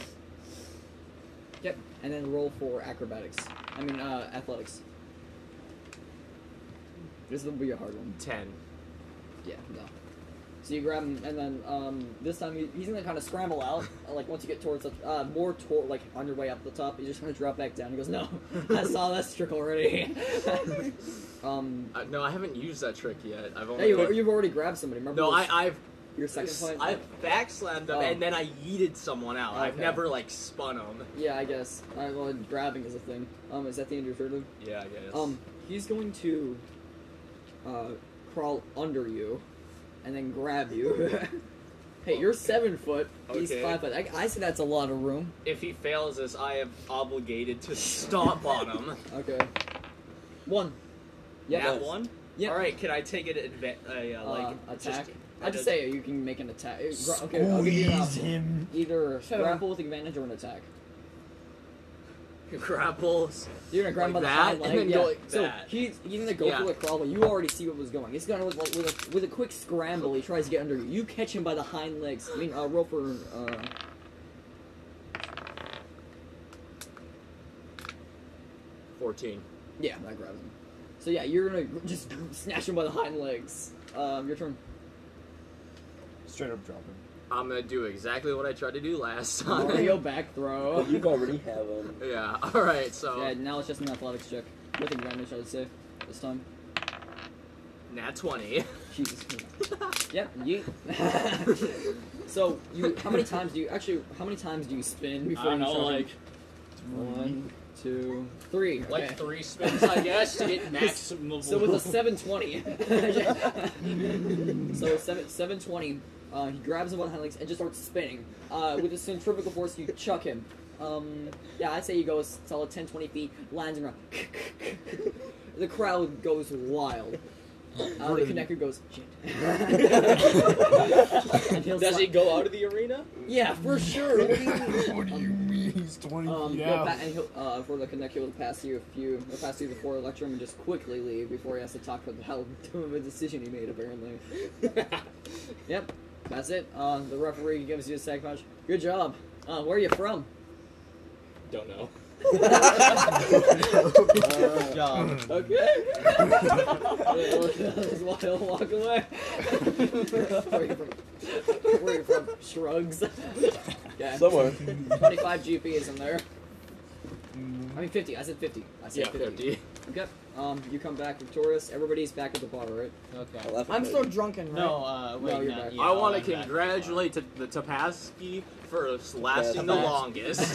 A: Yep. And then roll for acrobatics. I mean, uh, athletics. This will be a hard one.
E: 10.
A: Yeah, no. So you grab him, and then um, this time he, he's gonna kind of scramble out. uh, Like once you get towards the uh, more toward like on your way up the top, he's just gonna drop back down. He goes, "No, I saw that trick already." um,
E: Uh, no, I haven't used that trick yet. I've
A: yeah,
E: only.
A: you, you've already grabbed somebody. Remember?
E: no,
A: your-
E: I, I've
A: your second point.
E: I backslammed him
A: Oh.
E: and then I yeeted someone out. I've
A: Okay.
E: never like spun him.
A: Yeah, I guess. I, well, grabbing is a thing. Um, is that the end of your turn? Luke?
E: Yeah, I guess.
A: Um, he's going to uh, crawl under you and then grab you. hey, you're seven foot. He's
E: Okay.
A: five foot. I, I say that's a lot of room.
E: if he fails this, I am obligated to stomp on him.
A: Okay. One. Yep.
E: That one.
A: Yep.
E: All right. Can I take it adva- uh, uh, like
A: Uh,
E: just-
A: attack. I just say you can make an attack. Uh, gra- Okay, I'll give you an
G: Squeeze
A: option.
G: him.
A: Either
B: Seven.
A: grapple with advantage or an attack.
E: grapples.
A: You're gonna grab
E: Like
A: him by
E: that,
A: the
E: and
A: hind leg.
E: then
A: yeah.
E: go like
A: so
E: that.
A: he's he's gonna go
E: Yeah.
A: for the crawl, but you already see what was going. He's gonna with, with a with a quick scramble. He tries to get under you. You catch him by the hind legs. I mean, uh, roll for uh,
E: Fourteen.
A: yeah, I grab him. So yeah, you're gonna just snatch him by the hind legs. Um, your turn.
G: Straight up drop him.
E: I'm gonna do exactly what I tried to do last time.
A: Mario back throw.
C: You already have him.
E: yeah. All right. So
A: Yeah, now it's just an athletics check with advantage. I would say this time.
E: nat twenty.
A: Jesus. Christ. yep. You. so you, how many times do you actually? How many times do you spin before
D: I don't
A: you
D: know,
A: start?
D: like
A: One, two, three. Okay.
E: Like three spins, I guess, to get maximum.
A: So with a 720. so seven, 720, uh, he grabs him by the hind legs and just starts spinning. Uh, with a centrifugal force, you chuck him. Um, yeah, I'd say he goes solid 10, 20 feet, lands and around. the crowd goes wild. Uh, the connector goes, shit. And he'll
D: does
A: sli-
D: he go out of the arena?
A: Yeah, for sure. What do you mean?
G: What do you mean? He's 20
A: Um,
G: feet
A: he'll
G: out.
A: pa- and he'll, uh, for the connect, he'll pass you a few, he'll pass you the four electrum and just quickly leave before he has to talk about the hell of a decision he made, apparently. yep, that's it. Uh, the referee gives you a sack punch. Good job. Uh, where are you from?
D: Don't know.
G: Uh,
D: Job.
A: Okay. He'll he'll walk away. where are you from? Where are you from? Shrugs. yeah.
C: Somewhere.
A: 25 GP is in there. I mean 50. I said 50. I said
E: yeah, fifty.
A: Okay. Um, you come back victorious. Everybody's back at the bar, right?
C: I
D: Okay.
C: laugh at
B: I'm
C: that.
B: still drunken, right?
D: No, uh, wait,
A: No, you're
D: not
A: back.
D: yet.
E: I want
D: I'm
E: to
D: back.
E: congratulate t- the Tapaski for lasting the
C: Tapaski.
E: longest.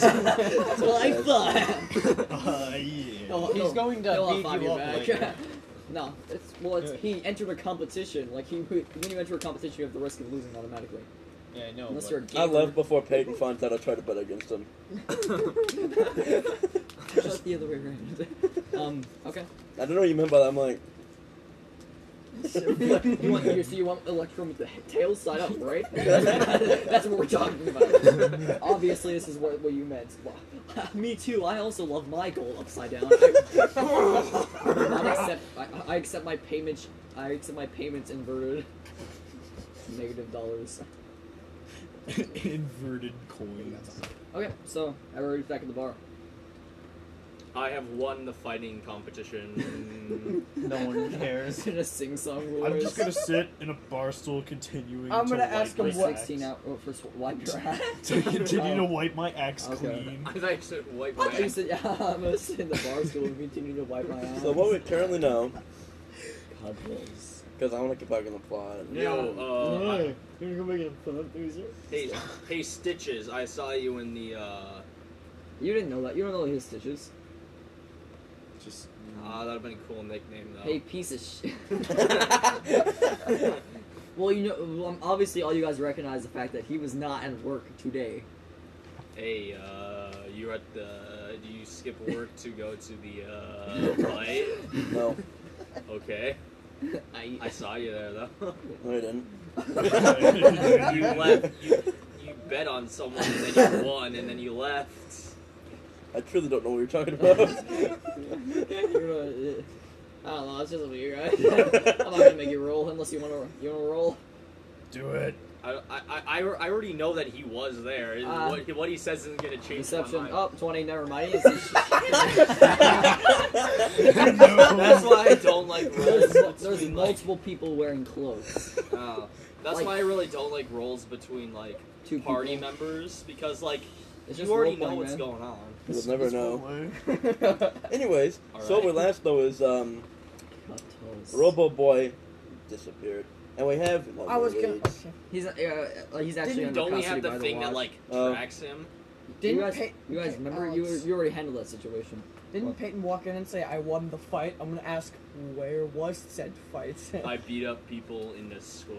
A: That's what I thought.
G: uh, yeah.
A: No,
D: He's
A: no,
D: going to
A: he'll
D: beat
A: F5
D: you up later.
A: no, it's well, it's, he entered a competition. Like he, when you enter a competition, you have the risk of losing automatically,
D: Yeah, no.
A: unless
D: but-
A: you're a gamer.
C: I left before Peyton finds out I tried to bet against him.
A: Just the other way around. um. Okay.
C: I don't know what you meant by that. I'm like,
A: you want you, so you want Electrum with the tail side up, right? That's what we're talking about. Obviously, this is what, what you meant. Well, me too. I also love my goal upside down. I, accept. I, I accept my payments. I accept my payments inverted. Negative dollars.
G: Inverted coins.
A: Okay, so everybody's back at the bar.
E: I have won the fighting competition.
G: No one cares.
A: in a sing song voice.
F: I'm just gonna sit in a bar stool, continuing.
B: I'm
F: to
B: gonna
F: wipe
B: ask
F: my
B: him
A: for
B: what-
F: axe.
A: 16 out oh, for sw- wipe your ass.
F: To continue to
A: Oh.
F: wipe my axe
A: Okay.
F: clean.
E: I thought you said white
A: I thought you
E: man.
A: said, yeah, I'm gonna sit in the bar stool and continue to wipe my ass.
C: So what we currently know,
A: God bless.
C: because I want to get back in the plot.
E: Yo, uh, I-
D: You're gonna make it a fun loser?
E: hey, hey, Stitches, I saw you in the, uh,
A: You didn't know that. You don't know his stitches.
F: Just
E: ah, that'd have been a cool nickname, though.
A: Hey, piece of shit. well, you know, well, um, obviously, all you guys recognize the fact that he was not at work today.
E: Hey, uh, you're at the. Do you skip work to go to the uh, play?
C: No,
E: Okay,
A: I,
E: I saw you there though.
C: no, you didn't.
E: you left. You, you bet on someone and then you won and then you left.
C: I truly don't know what you're talking about.
A: You're, uh, I don't know. It's just weird. Right? I'm not gonna make you roll unless you want to. You want to roll?
F: do it.
E: I, I, I, I already know that he was there. It-
A: Uh,
E: what, what he says isn't gonna change my
A: Deception Oh.
E: mind.
A: up 20. Never mind. It's-
E: That's why I don't like
A: there's
E: roles. That's
A: there's
E: between, like,
A: multiple people wearing clothes.
E: oh, that's
A: like-
E: why I really don't like roles between like
A: Two
E: party
A: people.
E: members because like
A: It's
E: you
A: just
E: already know
A: role-playing,
E: what's
A: man.
E: going on.
C: We'll never know.
A: Cut
C: Anyways, so what we last know is um,
A: toes.
C: Robo Boy disappeared, and we have. no
B: I was
C: more
B: gonna.
C: leads.
A: He's uh, uh, he's actually under
E: Don't we
A: custody
E: have the
A: by Oh.
E: thing
A: watch.
E: that like
C: Uh,
E: tracks him?
B: Didn't
A: you guys,
B: Pey-
A: you guys
B: Pey-
A: remember you, were,
B: Alex.
A: you already handled that situation.
B: Didn't
A: What?
B: Peyton walk in and say, I won the fight? I'm gonna ask, where was said fight?
E: I beat up people in the square.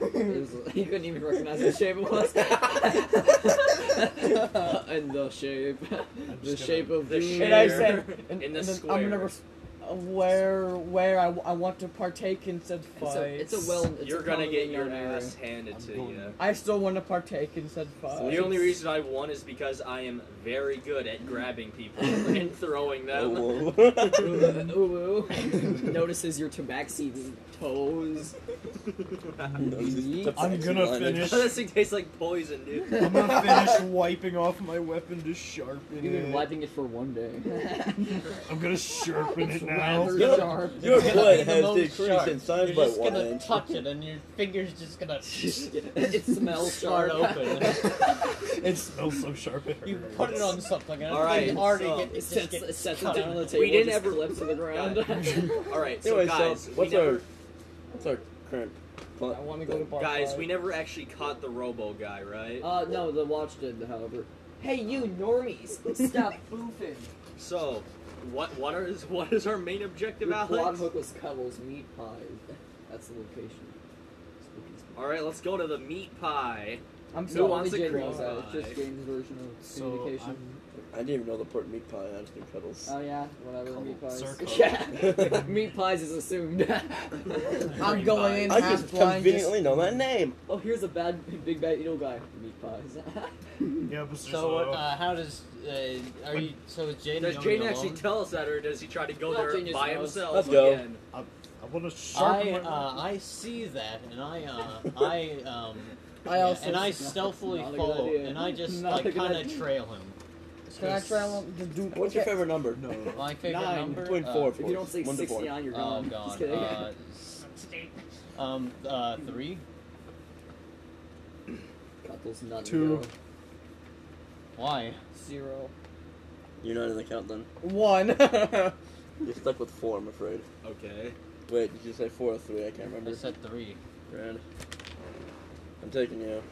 A: It was, he couldn't even recognize the shape it was. and the shape, the
F: gonna-
A: shape of
E: The
A: the
E: shape.
B: and I said,
E: Where?
B: and,
E: In the
B: and then I'm gonna
E: square.
B: res- uh, where, where I, w- I want to partake in said
A: It's
B: fight.
A: a, it's a well. It's
E: You're
A: a
E: gonna
A: commonly
E: get your
A: known area.
E: ass handed
G: I'm
E: to
G: going-
E: you.
B: I still want to partake in said fight.
E: The only reason I won is because I am very good at grabbing people and throwing them.
C: Oh, whoa.
A: Ooh, ooh, ooh. Notices your tabaxi toes.
F: I'm gonna finish.
E: this thing tastes like poison, dude.
F: I'm gonna finish wiping off my weapon to sharpen
A: You've been
F: it.
A: wiping it for one day.
F: I'm gonna sharpen it
B: It's
F: now.
B: rather
C: Yeah.
B: sharp.
C: Your
G: You're
C: blood
G: gonna be the
C: has
G: most
C: decreased
G: sharp.
C: in size
G: You're
C: by
G: just
C: one
G: gonna
C: inch.
G: touch it, and your fingers just gonna
A: it smells
G: start
A: sharp.
G: open.
F: It smells so sharp. It
G: You
F: hurts.
G: put it on something, and
E: All right,
G: it's already
E: so
G: get, it
A: It
G: just
A: sets,
G: gets
A: it sets it
G: cut
A: down
G: out.
A: on the table.
E: We didn't
A: just
E: ever-
A: flips to the ground.
E: Got Alright, so
C: Anyway,
E: guys,
C: so
E: we
C: what's
E: never,
C: our what's our current plot?
B: I want to go to bar
E: guys,
B: fight.
E: we never actually caught the Robo guy, right?
A: Uh, no, the watch did, however. Hey, you normies! Stop boofing!
E: so, what what are is what is our main objective,
A: Your quad
E: Alex?
A: hook was Cuddles meat pie. That's the location.
E: All right, let's go to the meat pie.
B: I'm
E: Who
A: So
B: so
E: wants
A: only
E: a
A: Jane knows that. It's
E: cream
A: just
E: pie?
A: Jane's version of
G: So
A: communication.
G: I'm
C: I didn't even know the port meat pie. I just knew cuddles.
A: Oh yeah, whatever. meat pies.
F: Sir Cuddles.
A: Yeah, meat pies is assumed.
B: I'm
E: Green
B: going
E: pie.
B: in
C: I
B: half
C: just
B: blind. just-
C: conveniently know that name.
A: oh, here's a bad, big bad eagle guy. Meat pies.
F: Yeah, but
G: So uh, how does uh, are you? So is Jane?
E: Does
G: going
E: Jane
G: alone?
E: actually tell us that, or does he try to go
A: No,
E: there
A: Jane just
E: by
A: knows.
E: himself
C: Let's go.
E: again?
F: I want to
G: I
F: sharpen my
G: uh, I see that, and I uh, I um,
B: I also.
G: and I
A: not-
G: stealthily
A: not a good
G: follow,
A: idea.
G: and I just
A: Not a
G: like
A: good
G: kind of
A: idea.
G: trail him.
B: Can I try one? Just do,
C: What's your
B: okay.
C: favorite number?
F: no.
G: My favorite
A: Nine.
G: number.
C: Between
G: uh,
C: four,
A: if you don't say
C: one to four.
A: 69, you're
G: Oh
A: gone. Just
G: god.
A: kidding.
G: Uh, um, uh, three.
A: Cuddles nut.
F: Two.
G: Why?
B: Zero.
C: You're not in the count then.
B: One.
C: You're stuck with four, I'm afraid.
E: Okay.
C: Wait, did you say four or three? I can't
G: I
C: remember.
G: said three.
C: Grand. I'm taking you.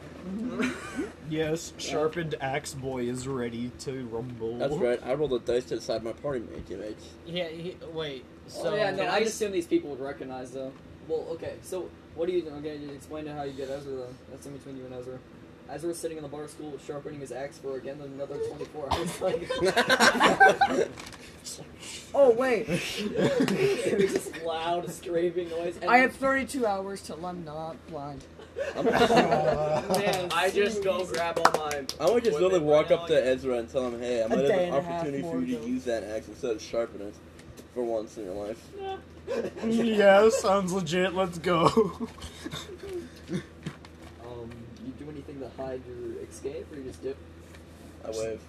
F: Yes, sharpened axe boy is ready to rumble.
C: That's right. I rolled a dice to decide my party mate teammates.
G: Yeah. He, wait.
B: Oh,
G: So
A: So Oh, yeah, no,
G: can
A: I
G: s-
A: just assume these people would recognize though. Well, okay, so what do you okay? You explain to how you get Ezra though. That's in between you and Ezra. Ezra's sitting in the bar stool sharpening his axe for again another twenty four hours. Like
B: oh wait.
A: it makes this loud scraping noise. And
B: I have 32 hours till I'm not blind.
E: Man, I just go grab all my.
C: I would just literally
E: Women
C: walk
E: right
C: up
E: now,
C: to Ezra and tell him, "Hey, I might have
B: day
C: an
B: and a half
C: opportunity
B: more
C: for you
B: ago.
C: to use that axe instead of sharpen it for once in your life."
F: yeah, sounds legit. Let's go.
A: um, you do anything to hide your escape, or you just dip?
C: I wave.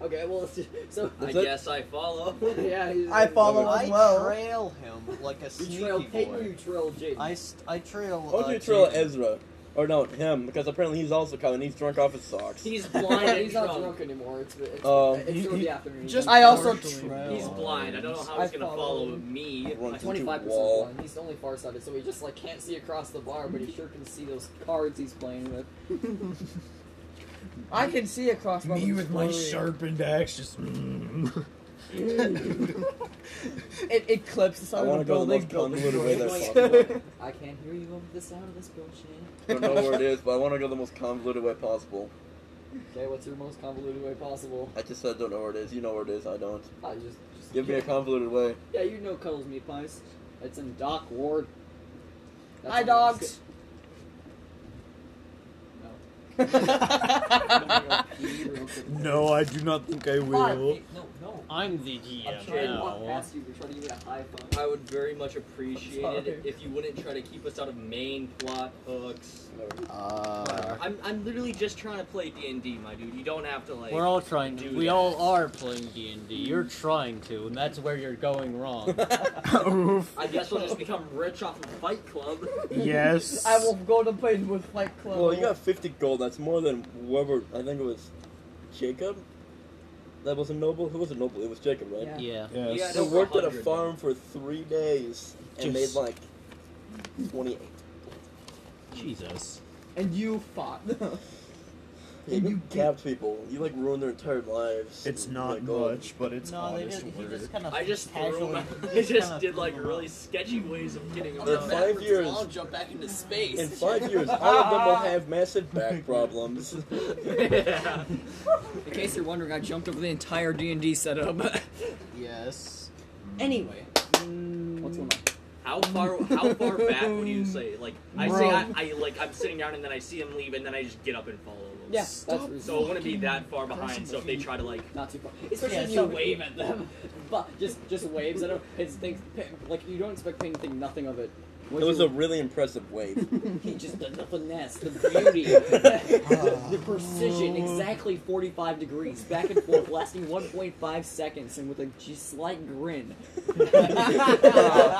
A: Okay, well, let's just, so
E: I
C: Is it-
E: guess I follow.
A: yeah, he's-
B: I follow
G: I
B: as well.
G: trail him like a
A: You trail
G: sneaky
A: Peyton, you
G: boy.
A: trail Jake.
G: I, st- I trail.
C: Why don't
G: uh,
C: you trail
G: Jaden.
C: Ezra? Or no, him, because apparently he's also coming. He's drunk off his socks.
E: He's blind and
A: he's not
E: drunk.
A: drunk anymore. It's it's,
C: Um,
A: it's
F: he-
A: still
F: he-
A: the afternoon.
F: just-
B: I also
F: Partially.
B: trail.
E: He's blind. I don't know how
A: I
E: he's gonna
A: follow
E: follow
A: him.
E: me.
C: Run to
A: twenty five
C: the
A: percent
C: wall.
A: blind. He's only farsighted, so he just like can't see across the bar, but he sure can see those cards he's playing with.
B: I can see across my
F: Me with my
B: It's
F: sharpened axe, just. Mm.
B: blurry. It, it clips the
C: I
B: side of
C: want
B: the
C: to go the
B: building.
C: most convoluted way that's
A: Wait.
C: possible.
A: I can't hear you over the sound of this bullshit.
C: I don't know where it is, but I want to go the most convoluted way possible.
A: Okay, what's your most convoluted way possible?
C: I just said I don't know where it is. You know where it is. I don't.
A: I just, just
C: Give me a convoluted way.
A: Yeah, you know Cuddles Me Pies. It's in Doc Ward. That's
B: Hi,
A: on the-
B: dogs.
F: no, I do not think I
A: Five.
F: will.
A: No, no.
G: I'm the
A: I'm
G: GM
A: trying to walk
G: now.
A: past you. We're trying to give it a high five.
E: I would very much appreciate
B: Sorry.
E: it if you wouldn't try to keep us out of main plot hooks.
G: Uh,
E: I'm, I'm literally just trying to play D and D, my dude. You don't have to like.
G: we're all trying to.
E: do
G: We
E: that.
G: all are playing D and D. You're trying to, and that's where you're going wrong.
F: Oof.
E: I guess we'll just become rich off of Fight Club.
F: Yes.
B: I will go to play with Fight Club.
C: Well, you got 50 gold. That's more than whoever. I think it was Jacob. That was a noble. Who was a noble? It was Jacob, right?
A: Yeah.
G: yeah.
F: Yes.
E: Yeah, I
C: They
E: know.
C: worked at a
E: 100.
C: farm for three days and
F: Just-
C: made like 28.
G: Jesus.
B: and you fought.
C: Yeah,
B: And
C: you
B: you
C: capped people. You like ruined their entire lives. oh,
F: It's
C: with
F: not
C: that gold.
F: much, but it's
G: no, they
F: honest
G: just, he
F: work.
G: just kind of.
E: I just threw
G: casually.
E: him.
G: he
E: I just
G: kinda
E: did
G: threw
E: like
G: him
E: really
G: out.
E: sketchy ways of getting
C: In
E: around.
C: five years,
A: I'll jump back into space.
C: in five years, all of them will have massive back problems.
E: yeah.
A: In case you're wondering, I jumped over the entire D and D setup.
G: Yes. Mm.
A: anyway, what's going on?
E: How far? How far back would you say? Like I
F: Bro.
E: say, I, I like I'm sitting down and then I see him leave and then I just get up and follow him.
A: Yeah,
F: Stop.
A: that's reasonable.
E: So it wouldn't be that far behind. So if they try to like,
A: Not too far. Especially
G: Yeah,
A: if you
G: so-
A: wave at them. But just just waves at them. It's things like you don't expect Peyton to think nothing of it.
C: It was a really impressive wave.
A: He just the, the finesse, the beauty, the precision, exactly 45 degrees, back and forth, lasting 1.5 seconds, and with a g- slight grin.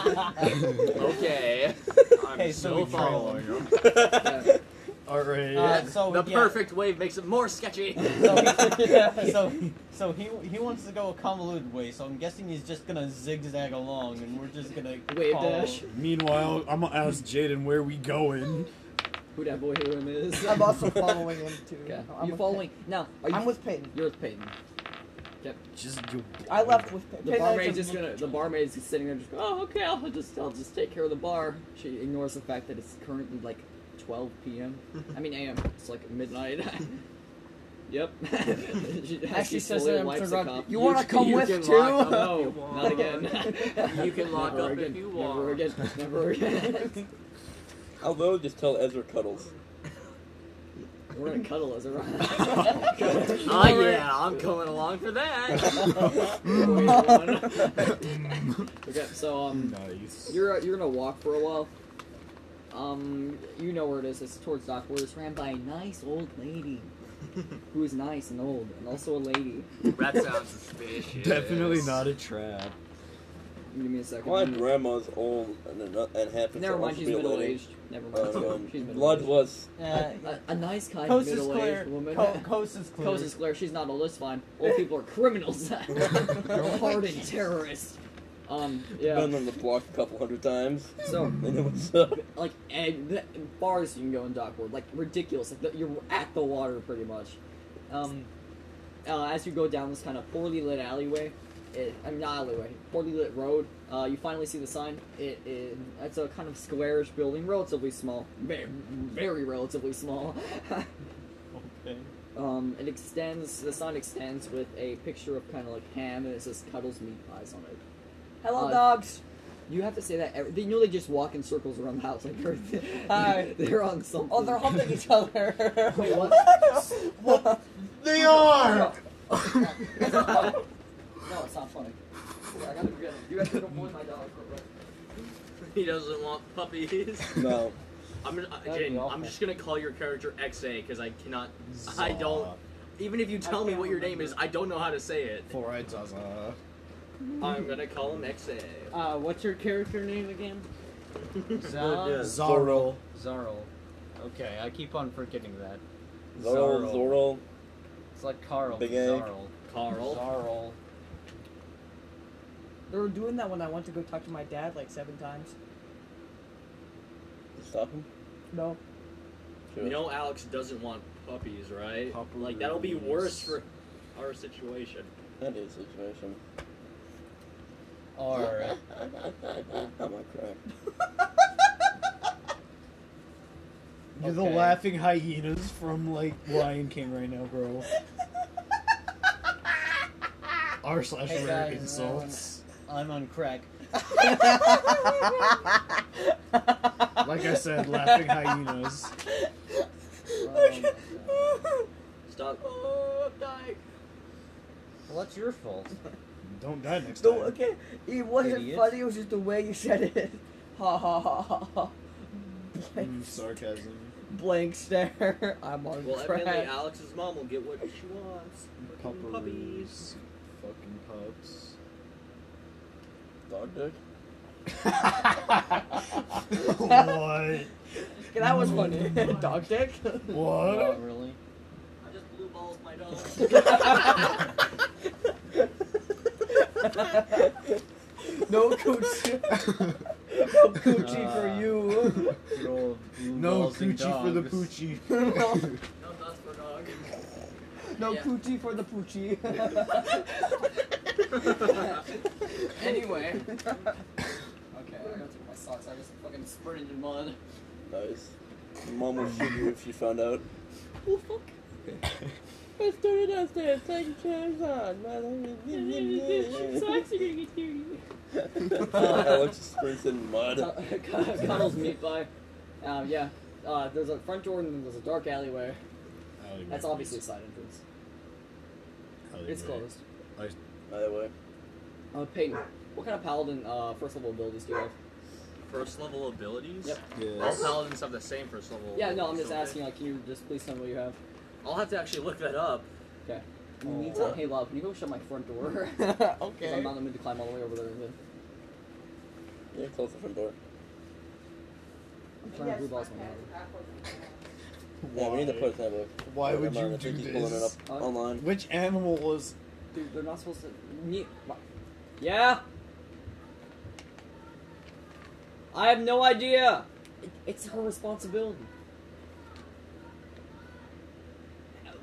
E: okay, I'm
G: Okay, so
E: so
G: we try
E: following him.
F: All right.
G: Uh, so
E: The
G: yeah,
E: perfect wave makes it more sketchy.
G: So, so, so he he wants to go a convoluted way. So I'm guessing he's just gonna zigzag along, and we're just gonna
A: Wave
G: follow.
A: dash.
F: Meanwhile, I'm gonna ask Jaden where we going.
A: Who that boy who him is?
B: I'm also following him too.
A: Okay.
B: I'm
A: You
B: with
A: following? Now, are
B: Pey-
A: you?
B: I'm with Peyton.
A: You're with Peyton.
F: Just you.
B: I left with Peyton.
A: The
B: Peyton, I
A: barmaid's
B: just-
A: just gonna. The barmaid's just sitting there, just go. Oh, okay. I'll just. I'll just take care of the bar. She ignores the fact that it's currently like 12 p.m. I mean a.m. It's like midnight. yep. she
B: Actually
A: she
B: says
A: slowly
B: that I'm
A: wipes
B: too
A: a
B: drunk.
A: cup.
B: You wanna come
E: you
B: with
E: can
B: too?
E: lock up if you
A: No,
E: want.
A: not again.
E: You can lock
A: Never
E: up if
A: again.
E: you
A: Never
E: want.
A: again. Never again.
C: I'll literally just tell Ezra Cuddles.
A: We're gonna cuddle as a rock.
E: Oh yeah, I'm coming along for that.
A: okay, so um,
F: Nice.
A: you're you're gonna walk for a while. Um, you know where it is. It's towards Dock Where it's ran by a nice old lady, who is nice and old, and also a lady.
E: that sounds suspicious.
F: Definitely not a trap.
A: Give me a second.
C: My grandma's old and, and happens
A: Never
C: to
A: mind,
C: also
A: she's
C: be a
A: middle
C: lady.
A: aged. Never mind,
C: Um, and
A: she's middle
C: blood
A: aged.
C: was
G: Uh,
A: A, a nice, kind,
G: Coast is
A: middle
G: clear.
A: aged woman.
G: Co- coast is clear.
A: Coast is clear. She's not old. It's fine. Old people are criminals. They're hardened terrorists. Um, yeah.
C: been on the block a couple hundred times.
A: So,
C: They know what's up.
A: like and the bars you can go in Dockwood, like ridiculous. Like the, you're at the water pretty much. Um, uh, as you go down this kind of poorly lit alleyway, it, I mean not alleyway, poorly lit road. Uh, you finally see the sign. It, it it's a kind of squarish building, relatively small, very, very relatively small.
G: okay.
A: um, it extends. The sign extends with a picture of kind of like ham, and it says Cuddles Meat Pies on it.
B: Hello,
A: uh,
B: dogs.
A: You have to say that. Every, they know they just walk in circles around the house. Like they're,
B: Hi.
A: they're on something.
B: Oh, they're humping each other.
A: Wait, what?
F: They are.
A: No, it's not funny. I gotta get You have to avoid my dog.
E: He doesn't want puppies.
C: No.
E: I'm gonna, uh,
A: That'd be
E: Jaden,
A: awful.
E: I'm just gonna call your character XA because I cannot. I don't. even if you tell me
H: can't
E: what your name is,
H: remember.
E: I don't know how to say it.
F: Four eyed Zaza.
E: I'm gonna call him Xav.
H: Uh, what's your character name again?
G: Zara.
F: Zorro.
G: Zarl. Okay, I keep on forgetting that.
C: Zorro,
G: Zorro.
C: Zorro,
G: It's like Carl.
C: Big
G: Big
C: egg.
G: Zarl.
D: Carl.
G: Zarl.
H: They were doing that when I went to go talk to my dad like seven times.
C: stop him.
H: No.
C: Sure.
E: You know Alex doesn't want puppies, right?
F: Puppies.
E: Like that'll be worse for our situation.
C: That is the situation. Oh
G: Alright.
C: I'm on crack.
F: You're the
G: Okay.
F: laughing hyenas from like Lion King right now, bro. R slash
G: Hey,
F: rare
G: guys.
F: insults.
G: I'm on crack.
F: Like I said, laughing hyenas.
G: Okay.
B: Um,
E: Stop.
H: oh, I'm dying.
G: Well, that's your fault.
F: Don't die next
B: No,
F: time.
B: okay. It wasn't
G: Idiot.
B: funny. It was just the way you said it. Ha ha ha ha ha.
F: Mm,
B: Blank,
F: sarcasm.
B: blank stare. I'm on
E: Well,
B: crack.
E: evidently Alex's mom will get what she wants. Fucking
F: Puppers. Fucking pups.
C: Dog dick.
F: what?
E: uh,
B: Okay, that was funny. Dog dick.
F: What?
G: Not really.
E: I just blue balls my dog.
B: No coochie. No coochie
E: Uh,
B: for you.
G: Good old blue
F: Uh, no
G: balls and
F: coochie for the
G: dogs.
F: poochie.
E: no, that's for dog.
B: No
E: Yeah.
B: coochie for the poochie.
A: Anyway. okay, I gotta take my socks. I just fucking sprinted in mud.
C: Nice. Your Mom will shoot you if she found out.
B: oh fuck.
H: I started downstairs taking chairs on. Socks are gonna get dirty.
C: Uh, Alex sprints in mud.
A: Cuddles meat pie. Um, yeah. Uh, there's a front door and then there's a dark alleyway. That's obviously a side entrance. It's closed.
C: By the way,
A: Uh, Peyton, what kind of paladin uh, first level abilities do you have?
E: First level abilities.
A: Yep.
E: All
F: Yes.
E: paladins have the same first level.
A: Yeah, no, I'm
E: abilities,
A: just
E: don't they?
A: asking. Like, can you just please tell me what you have?
E: I'll have to actually look that up.
A: In the meantime, hey Love, can you go shut my front door? 'Cause I'm
B: okay.
A: not in the mood to climb all the way over there. And then
C: yeah, close the front door.
A: I'm trying to blue balls my hand.
C: Yeah, we need to post that book.
F: Why would
C: I'm not-
F: you
C: I
F: do
C: think he's pulling it
F: this?
C: up
A: Huh?
C: online.
F: Which animal was?
A: Dude, they're not supposed to. Me- wha- Yeah. I have no idea. It- It's her responsibility.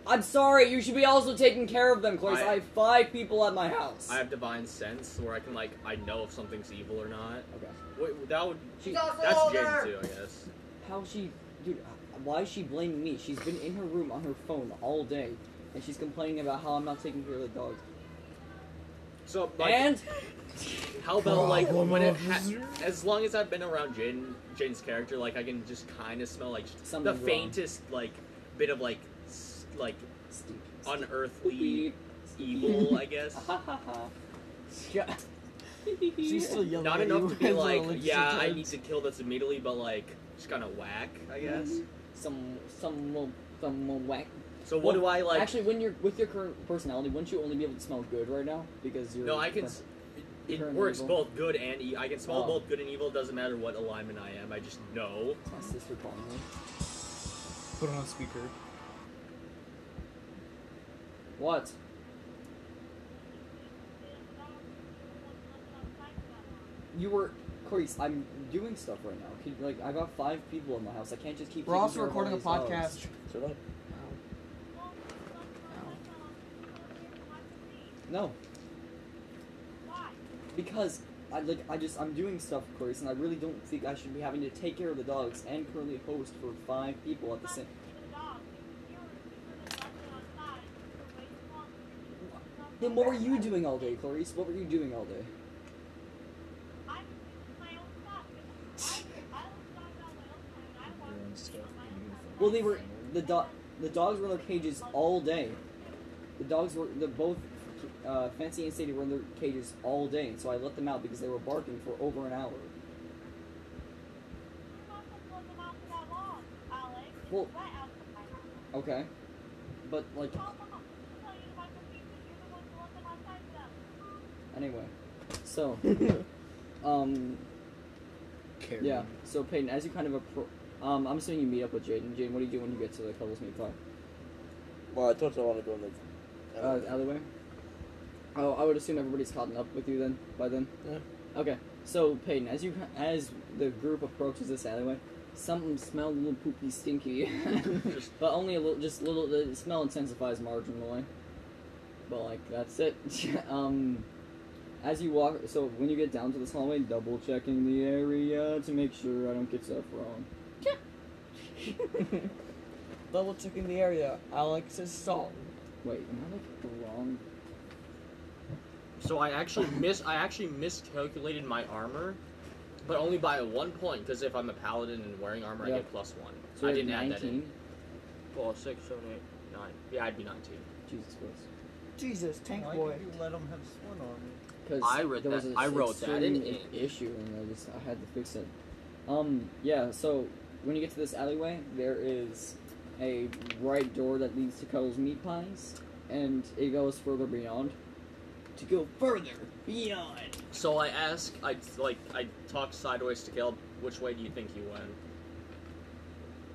A: I'm sorry. You should be also taking care of them, Clarice. I,
E: I-
A: have five people at my house.
E: I have divine sense where I can like I know if something's evil or not.
A: Okay.
E: Wait, that would
A: She,
E: that's Jaden too, I guess.
A: how she, dude? uh, Why is she blaming me? She's been in her room on her phone all day, and she's complaining about how I'm not taking care of the dogs.
E: So like,
A: and
E: how about like
F: Problem
E: when it ha-
F: officer?
E: as long as I've been around Jaden Jaden's character, like I can just kind of smell like
A: Something's
E: the
A: wrong.
E: faintest like bit of like s- like
A: Steve,
E: unearthly evil, I guess.
A: ha ha ha.
B: She's still yelling.
E: Not
B: at you
E: enough to be
B: with
E: like,
B: little
E: yeah, I
B: extra
E: need to kill this immediately, but like just kind of whack,
A: Mm-hmm.
E: I guess.
A: some some will some will whack.
E: So what do I like?
A: Actually, when you're with your current personality, wouldn't you only be able to smell good right now because you're?
E: No, I can. s- It
A: Turn
E: works
A: evil.
E: both good and e- I can smell
A: Oh.
E: both good and evil. It Doesn't matter what alignment I am. I just know.
A: It's my sister calling me.
F: Put it on speaker.
A: What? You were, Clarice. I'm doing stuff right now. Can, like I got five people in my house. I can't just keep.
B: We're
A: taking
B: also
A: care of all
B: recording a
A: these dogs.
B: podcast.
C: Shut up.
E: Oh.
A: No, because I like I just I'm doing stuff, Clarice, and I really don't think I should be having to take care of the dogs and currently host for five people at the same. Then what were you doing all day, Clarice? What were you doing all day? Well, they were the dog. The dogs were in their cages all day. The dogs were the both uh, Fancy and Sadie were in their cages all day, and so I let them out because they were barking for over an hour. Okay, but like Anyway, so, um,
F: Karen.
A: yeah. So Peyton, as you kind of appro- um, I'm assuming you meet up with Jaden. Jaden, what do you do when you get to the couples meet part?
C: Well, I told you I want to go in the.
A: Uh, alleyway. Oh, I would assume everybody's caught up with you then. By then.
C: Yeah.
A: Okay. So Peyton, as you as the group approaches this alleyway, something smelled a little poopy, stinky, but only a little, just a little. The smell intensifies marginally. But like that's it. um, as you walk, so when you get down to this hallway, double checking the area to make sure I don't get stuff wrong.
B: Double checking the area. Alex's song.
A: Wait, am I like wrong?
E: So I actually miss I actually miscalculated my armor, but only by one point because if I'm a paladin and wearing armor,
A: Yeah.
E: I get plus one.
A: So
E: I
A: you're
E: didn't add that in.
A: 19?
E: Four, six, seven, eight, nine. Yeah, I'd be nineteen.
A: Jesus Christ.
I: Jesus, tank
G: Why
I: boy.
G: could you let him have sworn on
A: Because
E: I read
A: there was
E: that-
A: a
E: I wrote that in
A: extreme
E: ink.
A: issue, and I just I had to fix it. Um, yeah. So when you get to this alleyway, there is a right door that leads to Cuddles Meat Pies, and it goes further beyond. To go further beyond.
E: So I ask, I like, I talk sideways to Caleb. Which way do you think he went?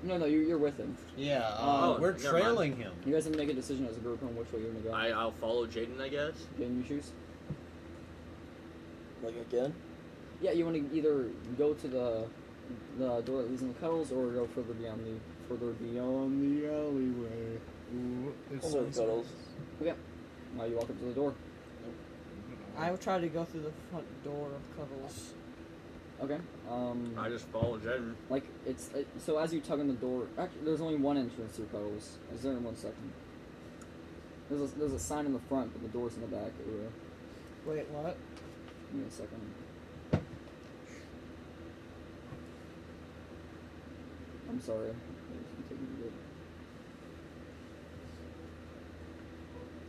A: No, no, you're, you're with him.
G: Yeah, uh,
E: Oh,
G: we're
E: never mind.
G: trailing him.
A: You guys have to make a decision as a group on which way you're gonna go.
E: I, I'll follow Jaden, I guess.
A: Can you choose?
C: Like again?
A: Yeah, you want to either go to the the door that leads into Cuddles, or go further beyond the further beyond the alleyway.
F: Ooh, it
C: Hello,
F: sounds-
C: Cuddles.
A: Now you walk up to the door.
I: I would try to go through the front door of Cuddles.
A: Okay. Um.
E: I just follow Jaden.
A: Like it's it, so as you tug on the door. Actually, there's only one entrance through Cuddles. Is there in one second? There's a, there's a sign in the front, but the door's in the back. Ooh,
I: Wait, what?
A: give me a second. I'm sorry. It's taking a bit.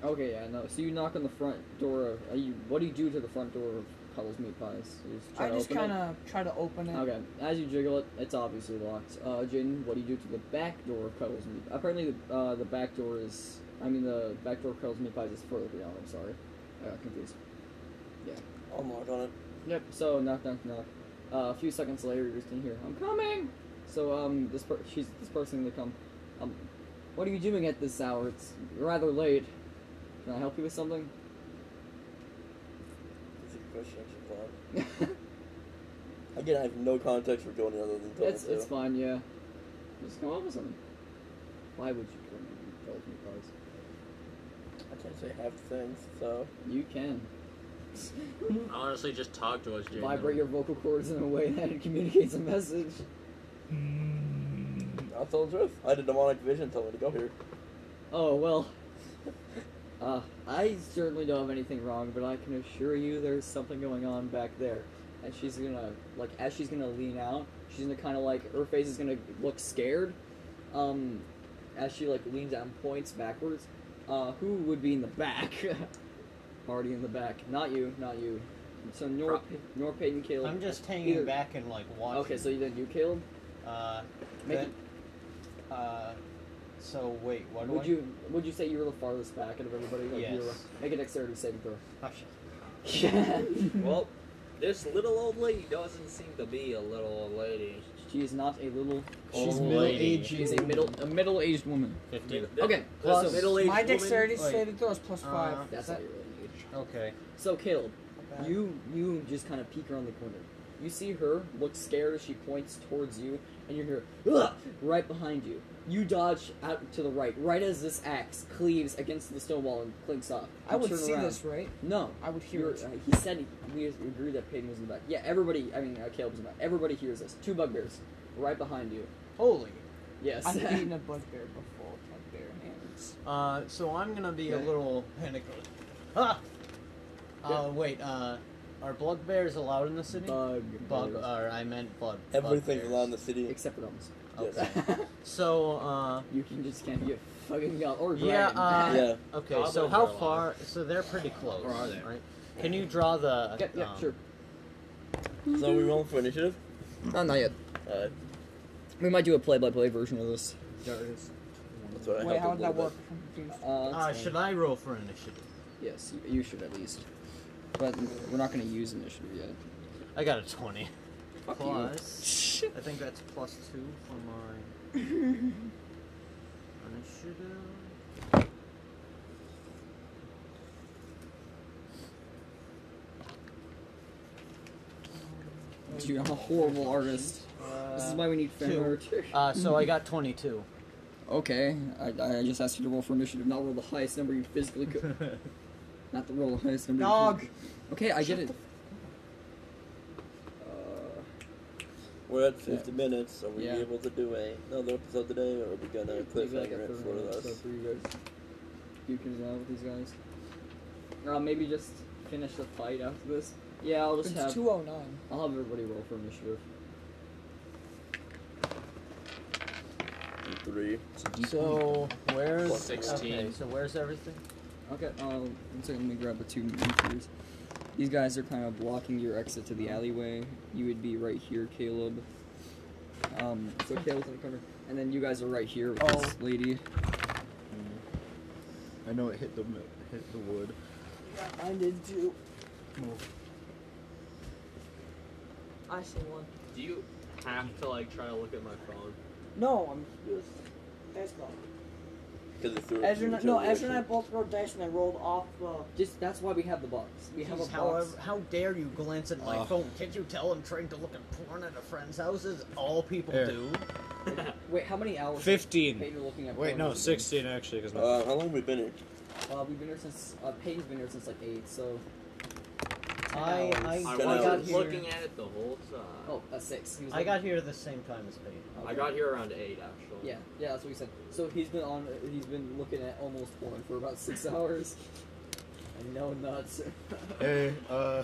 A: Okay, yeah, no. So you knock on the front door of. Uh, you, what do you do to the front door of Cuddles Meat Pies? You try
I: I
A: to
I: just
A: open it?
I: kind of try to open it.
A: Okay, as you jiggle it, it's obviously locked. Uh, Jaden, what do you do to the back door of Cuddles Meat? Apparently, the, uh, the back door is. I mean, the back door of Cuddles Meat Pies is further beyond. I'm sorry. I got confused.
C: I'll knock on it.
A: Yep. So, knock, knock, knock. Uh, a few seconds later, you just can hear, I'm coming! So, um, this, per- she's, this person to come. Um, what are you doing at this hour? It's rather late. Can I help you with something?
C: It's a question, actually, Cloud. Again, I have no context for doing it other than telling
A: It's
C: you.
A: it's fine, yeah. Just come up with something. Why would you come up with Cuddles Meat Pies?
C: I can't say half the things, so.
A: You can.
E: I honestly just talk to us, Jaden.
A: Vibrate your vocal cords in a way that it communicates a message.
G: Mm.
C: I'll tell the truth. I had a demonic vision tell me to go here.
A: Oh well. Uh, I certainly don't have anything wrong, but I can assure you there's something going on back there. And she's gonna like as she's gonna lean out, she's gonna kind of like her face is gonna look scared. Um, as she like leans out and points backwards. Uh, who would be in the back? Party in the back. Not you. Not you. So nor nor Peyton Caleb.
G: I'm just hanging
A: Either-
G: back and like watching.
A: Okay, so then you Caleb.
G: uh,
A: Make
G: then- uh, so wait, what do
A: Would
G: I-
A: you would you say you were the farthest back out of everybody? Like you were,
G: Yes.
A: make a dexterity saving throw.
G: Oh, shit.
E: Well, this little old lady doesn't seem to be a little old lady.
A: she is not a little.
F: She's
A: old
F: middle
A: lady.
F: aged.
A: She is a middle a middle aged woman.
G: Fifteen.
A: Okay,
E: Plus,
A: so-
E: middle aged
I: My dexterity
G: Wait.
I: saving throw is plus
G: Uh,
I: five.
A: That's not your really age.
G: Okay.
A: So Caleb,
I: Okay.
A: you you just kind of peek around the corner. You see her look scared as she points towards you, and you hear "Ugh!" right behind you. You dodge out to the right, right as this axe cleaves against the stone wall and clinks off.
I: I
A: You
I: would
A: turn
I: see
A: around.
I: this, right?
A: No,
I: I would hear
A: You're,
I: it.
A: uh, he said he- we agreed that Peyton was in the back. Yeah, everybody. I mean, uh, Caleb's in the back. Everybody hears this. Two bugbears right behind you.
I: Holy.
A: Yes.
I: I've eaten a bugbear before. with Bugbear hands.
G: Uh, so I'm gonna be a
A: Okay.
G: little panicked. Ah. Uh, wait. Uh, are blood bears allowed in the city?
A: Bug. uh,
G: Bug, or I meant blood.
C: Everything's
G: bugbears.
C: allowed in the city.
A: Except for dogs.
C: Yes.
G: Okay. So, uh,
A: you can just can't get fucking gun or
G: Yeah,
A: dragon.
G: uh,
C: Yeah.
G: okay.
E: Goblins
G: so how
E: are allowed.
G: far? So they're pretty close,
A: Or are they?
G: right? Can you draw the?
A: yeah, yeah,
G: um,
A: sure.
C: So we rolling for initiative?
A: No, not yet.
C: Alright.
A: We might do a play-by-play version of this.
C: That's what I
I: Wait,
C: helped
I: how
C: him
I: would that
C: a little
I: work?
C: bit.
I: I'm confused.
A: Uh,
G: Uh, should I roll for initiative?
A: yes, you, you should at least. But we're not going to use initiative yet.
G: I got a 20.
B: Plus, I think that's plus two for my initiative.
A: Dude, I'm a horrible artist. This is why we need fan
G: Uh, two.
A: art.
G: Uh, so I got 22.
A: Okay, I, I just asked you to roll for initiative, not roll the highest number you physically could. not the roll the highest number. you
B: Nog.
A: could- Okay, I get it.
C: We're at 50 minutes. So we
A: Yeah.
C: able to do a- another episode today, or are we gonna cliffhanger it for us?
A: you guys. You can uh, with these guys. Or I'll maybe just finish the fight after this. Yeah, I'll just have.
I: It's 209.
A: I'll have everybody roll for initiative.
C: Three.
G: So where's
C: Plus
G: Okay,
E: 16.
G: so where's everything?
A: Okay, um, one second, let me grab the two meters. These guys are kind of blocking your exit to the alleyway. You would be right here, Caleb. Um, so Caleb's in cover. And then you guys are right here with this lady.
F: I know it hit the mo- hit the wood.
I: I did two.
F: Oh.
I: I see one.
E: Do you have to like try to look at my phone?
I: No, I'm just. That's not.
C: Because it's through.
I: Ezra and I, no, Ezra and I both rolled dice and I rolled off the.
A: Just that's why we have the box. We have a box.
G: Jeez, however- how dare you glance at my phone? Can't you tell I'm trying to look at porn at a friend's house? Is all people
F: Here.
G: do?
A: Wait, how many hours?
D: Fifteen.
A: Peyton looking at
F: Wait,
A: porn
F: no,
A: has it
F: 16 actually, because my
C: Uh, how long have we been here?
A: been? Uh, we've been here since uh, Peyton's been here since like eight. So
G: I I,
E: I
G: I
C: Ten
G: got
E: wasn't
C: hours.
G: here.
E: looking at it the whole time.
A: oh, uh, six. He was
G: I
A: like-
G: got here the same time as Peyton.
A: okay.
E: I got here around eight actually.
A: Yeah, yeah, that's what he said. So he's been on. He's been looking at almost porn for about six hours. And no nuts.
F: hey, uh,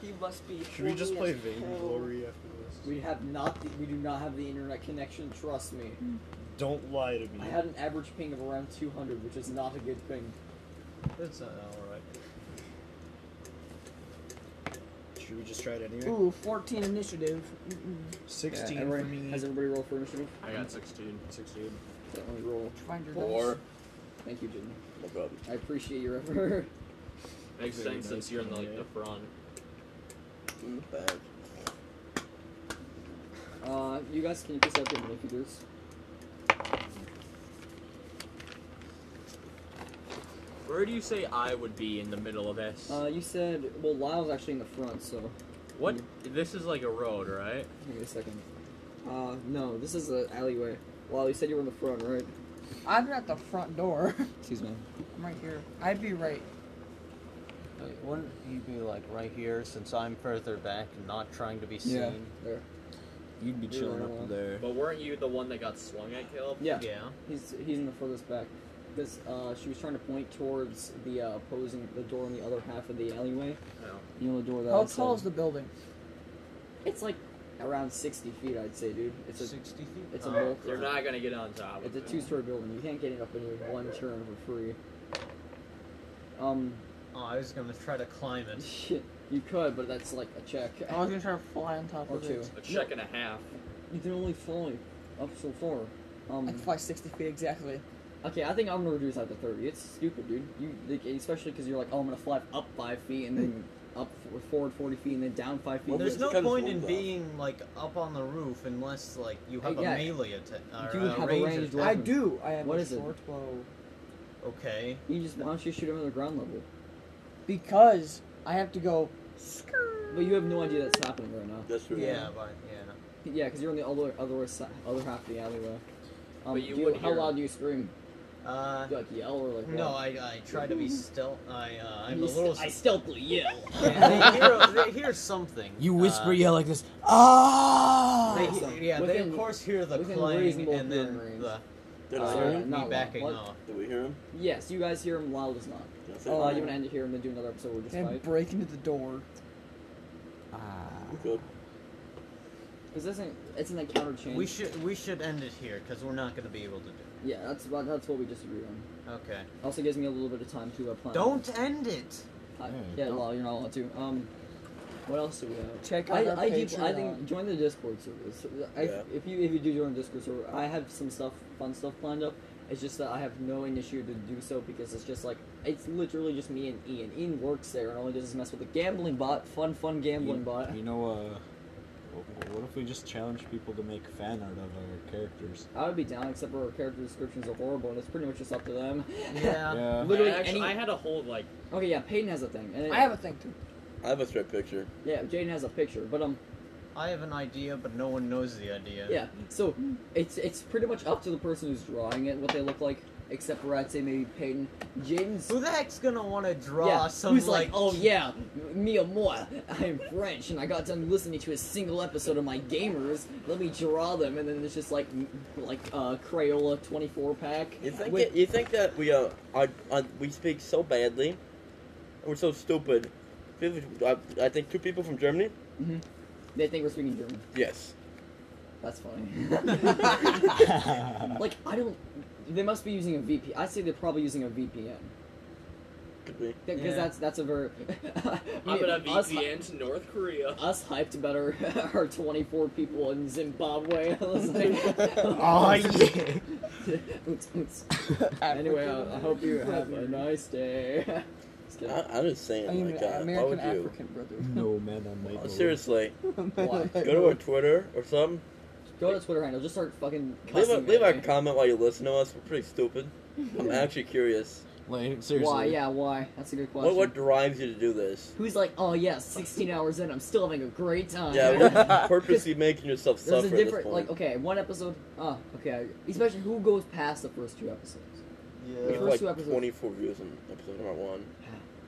I: He must be.
F: should we just
I: horny
F: play
I: as hell.
F: Vainglory after this?
A: we have not. The, we do not have the internet connection. Trust me.
F: Don't lie to me.
A: I had an average ping of around 200, which is not a good thing.
G: That's not all
F: Should we just try it anyway?
I: Ooh, 14 initiative. Mm-mm.
F: 16
A: Yeah,
F: for
A: everybody-
F: me.
A: Has everybody rolled for initiative?
E: I got sixteen.
F: 16.
A: Let me roll.
I: Find your
C: Four.
I: dice.
A: Thank you, Jimmy.
C: No problem.
A: I appreciate your effort.
E: Makes
F: Very
E: sense
F: nice.
E: since you're in the, like the front.
C: In the bag.
A: Uh, you guys can pick up your minifigures.
E: Where do you say I would be in the middle of this?
A: Uh, you said well, Lyle's actually in the front, so
E: what? This is like a road, right?
A: give me a second. Uh, no, this is an alleyway. Lyle, you said you were in the front, right?
I: I'm at the front door.
A: Excuse me.
I: I'm right here. I'd be right.
G: right. Wouldn't you be like right here since I'm further back and not trying to be seen?
A: Yeah. There.
F: You'd be
A: You're
F: chilling
A: right
F: up
A: on.
F: there.
E: But weren't you the one that got slung at, Caleb?
A: Yeah.
G: Yeah.
A: He's he's in the furthest back. This uh, she was trying to point towards the uh, opposing the door on the other half of the alleyway.
E: No.
A: You know the door that. I
I: How
A: said?
I: tall is the building?
A: It's like around sixty feet, I'd say, dude. It's a
G: Sixty feet.
A: it's a
G: Oh.
A: bulk.
E: You're not gonna get on top.
A: It's
E: Of
A: a
E: it.
A: two-story building. You can't get it up in one turn for free. Um,
G: Oh, I was gonna try to climb it.
A: you could, but that's like a check.
I: I was gonna try to fly on top
A: Or
I: of
A: two.
I: it.
E: A check and a half.
A: You can only fly up so far.
I: I
A: Um,
I: can fly 60 feet exactly.
A: okay, I think I'm gonna reduce that to 30. It's stupid, dude. You, like, especially because you're like, oh, I'm gonna fly up five feet and then up f- forward 40 feet and then down five feet.
C: Well,
G: There's
C: it's
G: no
C: kind of
G: point in
C: full
G: being like up on the roof unless like you have
A: Yeah.
G: a melee attack or
A: You
G: a
A: have a
G: range
A: ranged
G: attack.
I: I do. I have
A: What
I: a
A: is it?
I: short bow.
G: Okay.
A: You just why don't you shoot him at the ground level?
I: Because I have to go. Skrrr.
A: But you have no idea that's happening right now.
C: That's true.
G: Yeah, but yeah.
A: Yeah, because you're on the other other si- other half of the alleyway. Um,
E: But you
A: do you,
E: would
A: how
E: hear-
A: loud do you scream?
G: Uh,
A: Do you, like yell or like?
G: no,
A: what?
G: I, I try to be stealth. I uh, I'm
A: You
G: a little.
A: st- I stealthily yell.
G: Yeah, they, hear, they hear something. uh,
D: yell like this. Ah!
G: They,
A: Awesome.
G: yeah, they
A: Within-
G: of course hear the
A: within
G: clang
A: reasonable
G: and then
A: hearing
G: the
C: Did I
G: uh,
C: hear
A: Sorry.
C: him?
G: me
A: Not loud.
G: backing
A: What?
G: off.
C: Did we hear him?
A: Yes, you guys hear him. Lyle does not.
C: Did I say
A: Uh,
C: that?
A: you want to end it here and then do another episode where we just
I: And
A: fight?
I: break into the door.
A: Ah,
C: We could.
A: Because this isn't, it's an encounter change.
G: We should we should end it here because we're not going to be able to do. it.
A: yeah, that's what, that's what we just agreed on.
G: Okay.
A: Also gives me a little bit of time to uh, plan.
G: Don't end it.
A: Uh,
F: Hey,
A: yeah,
F: don't-
A: Lyle, you're not allowed to. Um, what else do we have?
I: Check out
A: I,
I: our
A: I, keep, I
I: Patreon.
A: think join the Discord server. So, I,
C: Yeah.
A: If you if you do join the Discord server, I have some stuff, fun stuff planned up. It's just that I have no initiative to do so because it's just like it's literally just me and Ian. Ian works there and all he does is mess with the gambling bot, fun, fun gambling bot.
F: You know, uh, wh- what if we just challenge people to make fan art of our characters?
A: I would be down, except for our character descriptions are horrible, and it's pretty much just up to them.
G: Yeah.
F: Yeah.
A: Literally
E: I, actually,
A: any-
E: I had a whole like
A: okay, yeah, Peyton has a thing. And
I: I have a thing too.
C: I have a straight picture.
A: yeah, Jaden has a picture, but um,
G: I have an idea, but no one knows the idea.
A: yeah. So it's it's pretty much up to the person who's drawing it what they look like, except for I'd say maybe Peyton. Jaden's
G: Who the heck's gonna want to draw
A: yeah,
G: some
A: who's
G: like?
A: like, oh yeah, me a moi. I am French, and I got done listening to a single episode of my gamers. Let me draw them, and then it's just like like uh, Crayola twenty four pack.
C: You think
A: with-
C: that, you think that we uh, are, are we speak so badly, and we're so stupid. I, I think two people from Germany.
A: they think we're speaking German?
C: Yes.
A: That's funny. like I don't. They must be using a VP. I say they're probably using a VPN
C: Could be.
A: because
G: Yeah.
A: that's that's a very.
E: I'm gonna
A: us,
E: VPN to North Korea.
A: us hyped about our, our 24 people in Zimbabwe. I was like,
F: Oh yeah.
A: Oops, oops. anyway, I, I hope you have a nice day. Just kidding.
C: I, I'm just saying,
I: I mean,
C: like, Oh God, why
I: American
C: would you?
I: African brother.
F: No man on my
C: Oh, seriously,
A: Why?
C: go to our Twitter or something.
A: Go to Twitter handle. Just start fucking.
C: Leave a,
A: cussing
C: leave
A: at
C: a
A: me.
C: comment while you listen to us. We're pretty stupid. I'm actually curious.
F: Like seriously.
A: Why? Yeah, why? That's a good
C: What
A: question.
C: what drives you to do this?
A: Who's like, oh yeah, 16 hours in, I'm still having a great time.
C: Yeah, you're purposely making yourself
A: There's a
C: suffer at this
A: different,
C: point.
A: like, okay, one episode. Oh, okay. Especially who goes past the first two episodes.
C: we
A: the
C: have
A: first
C: like
A: two episodes-
C: 24 views on episode number one,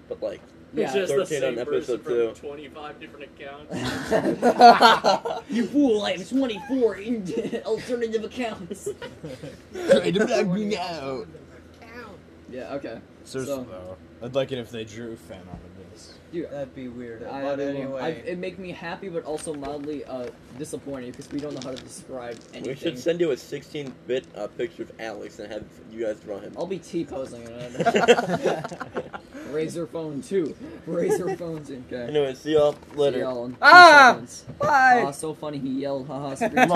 C: but like
A: Yeah.
E: Just the
C: 13 on
E: same person
C: episode
E: from
C: two.
E: 25 different accounts.
A: you fool! I have 24 in- alternative accounts.
F: Try to black me out.
A: Yeah. Okay.
F: Seriously
A: So-
F: though, I'd like it if they drew fan art of this.
A: Dude,
G: That'd be weird.
A: I,
G: but
A: I-
G: anyway,
A: I- it make me happy, but also mildly uh, disappointed because we don't know how to describe anything.
C: we should send you a 16-bit uh, picture of Alex and have you guys draw him.
A: I'll be T posing it. Razor phone two. Razor phones in. Okay.
C: anyway, see y'all later.
A: See y'all in two
I: Ah!
A: seconds.
I: Bye.
A: Ah, so funny. He yelled. Haha. screamed.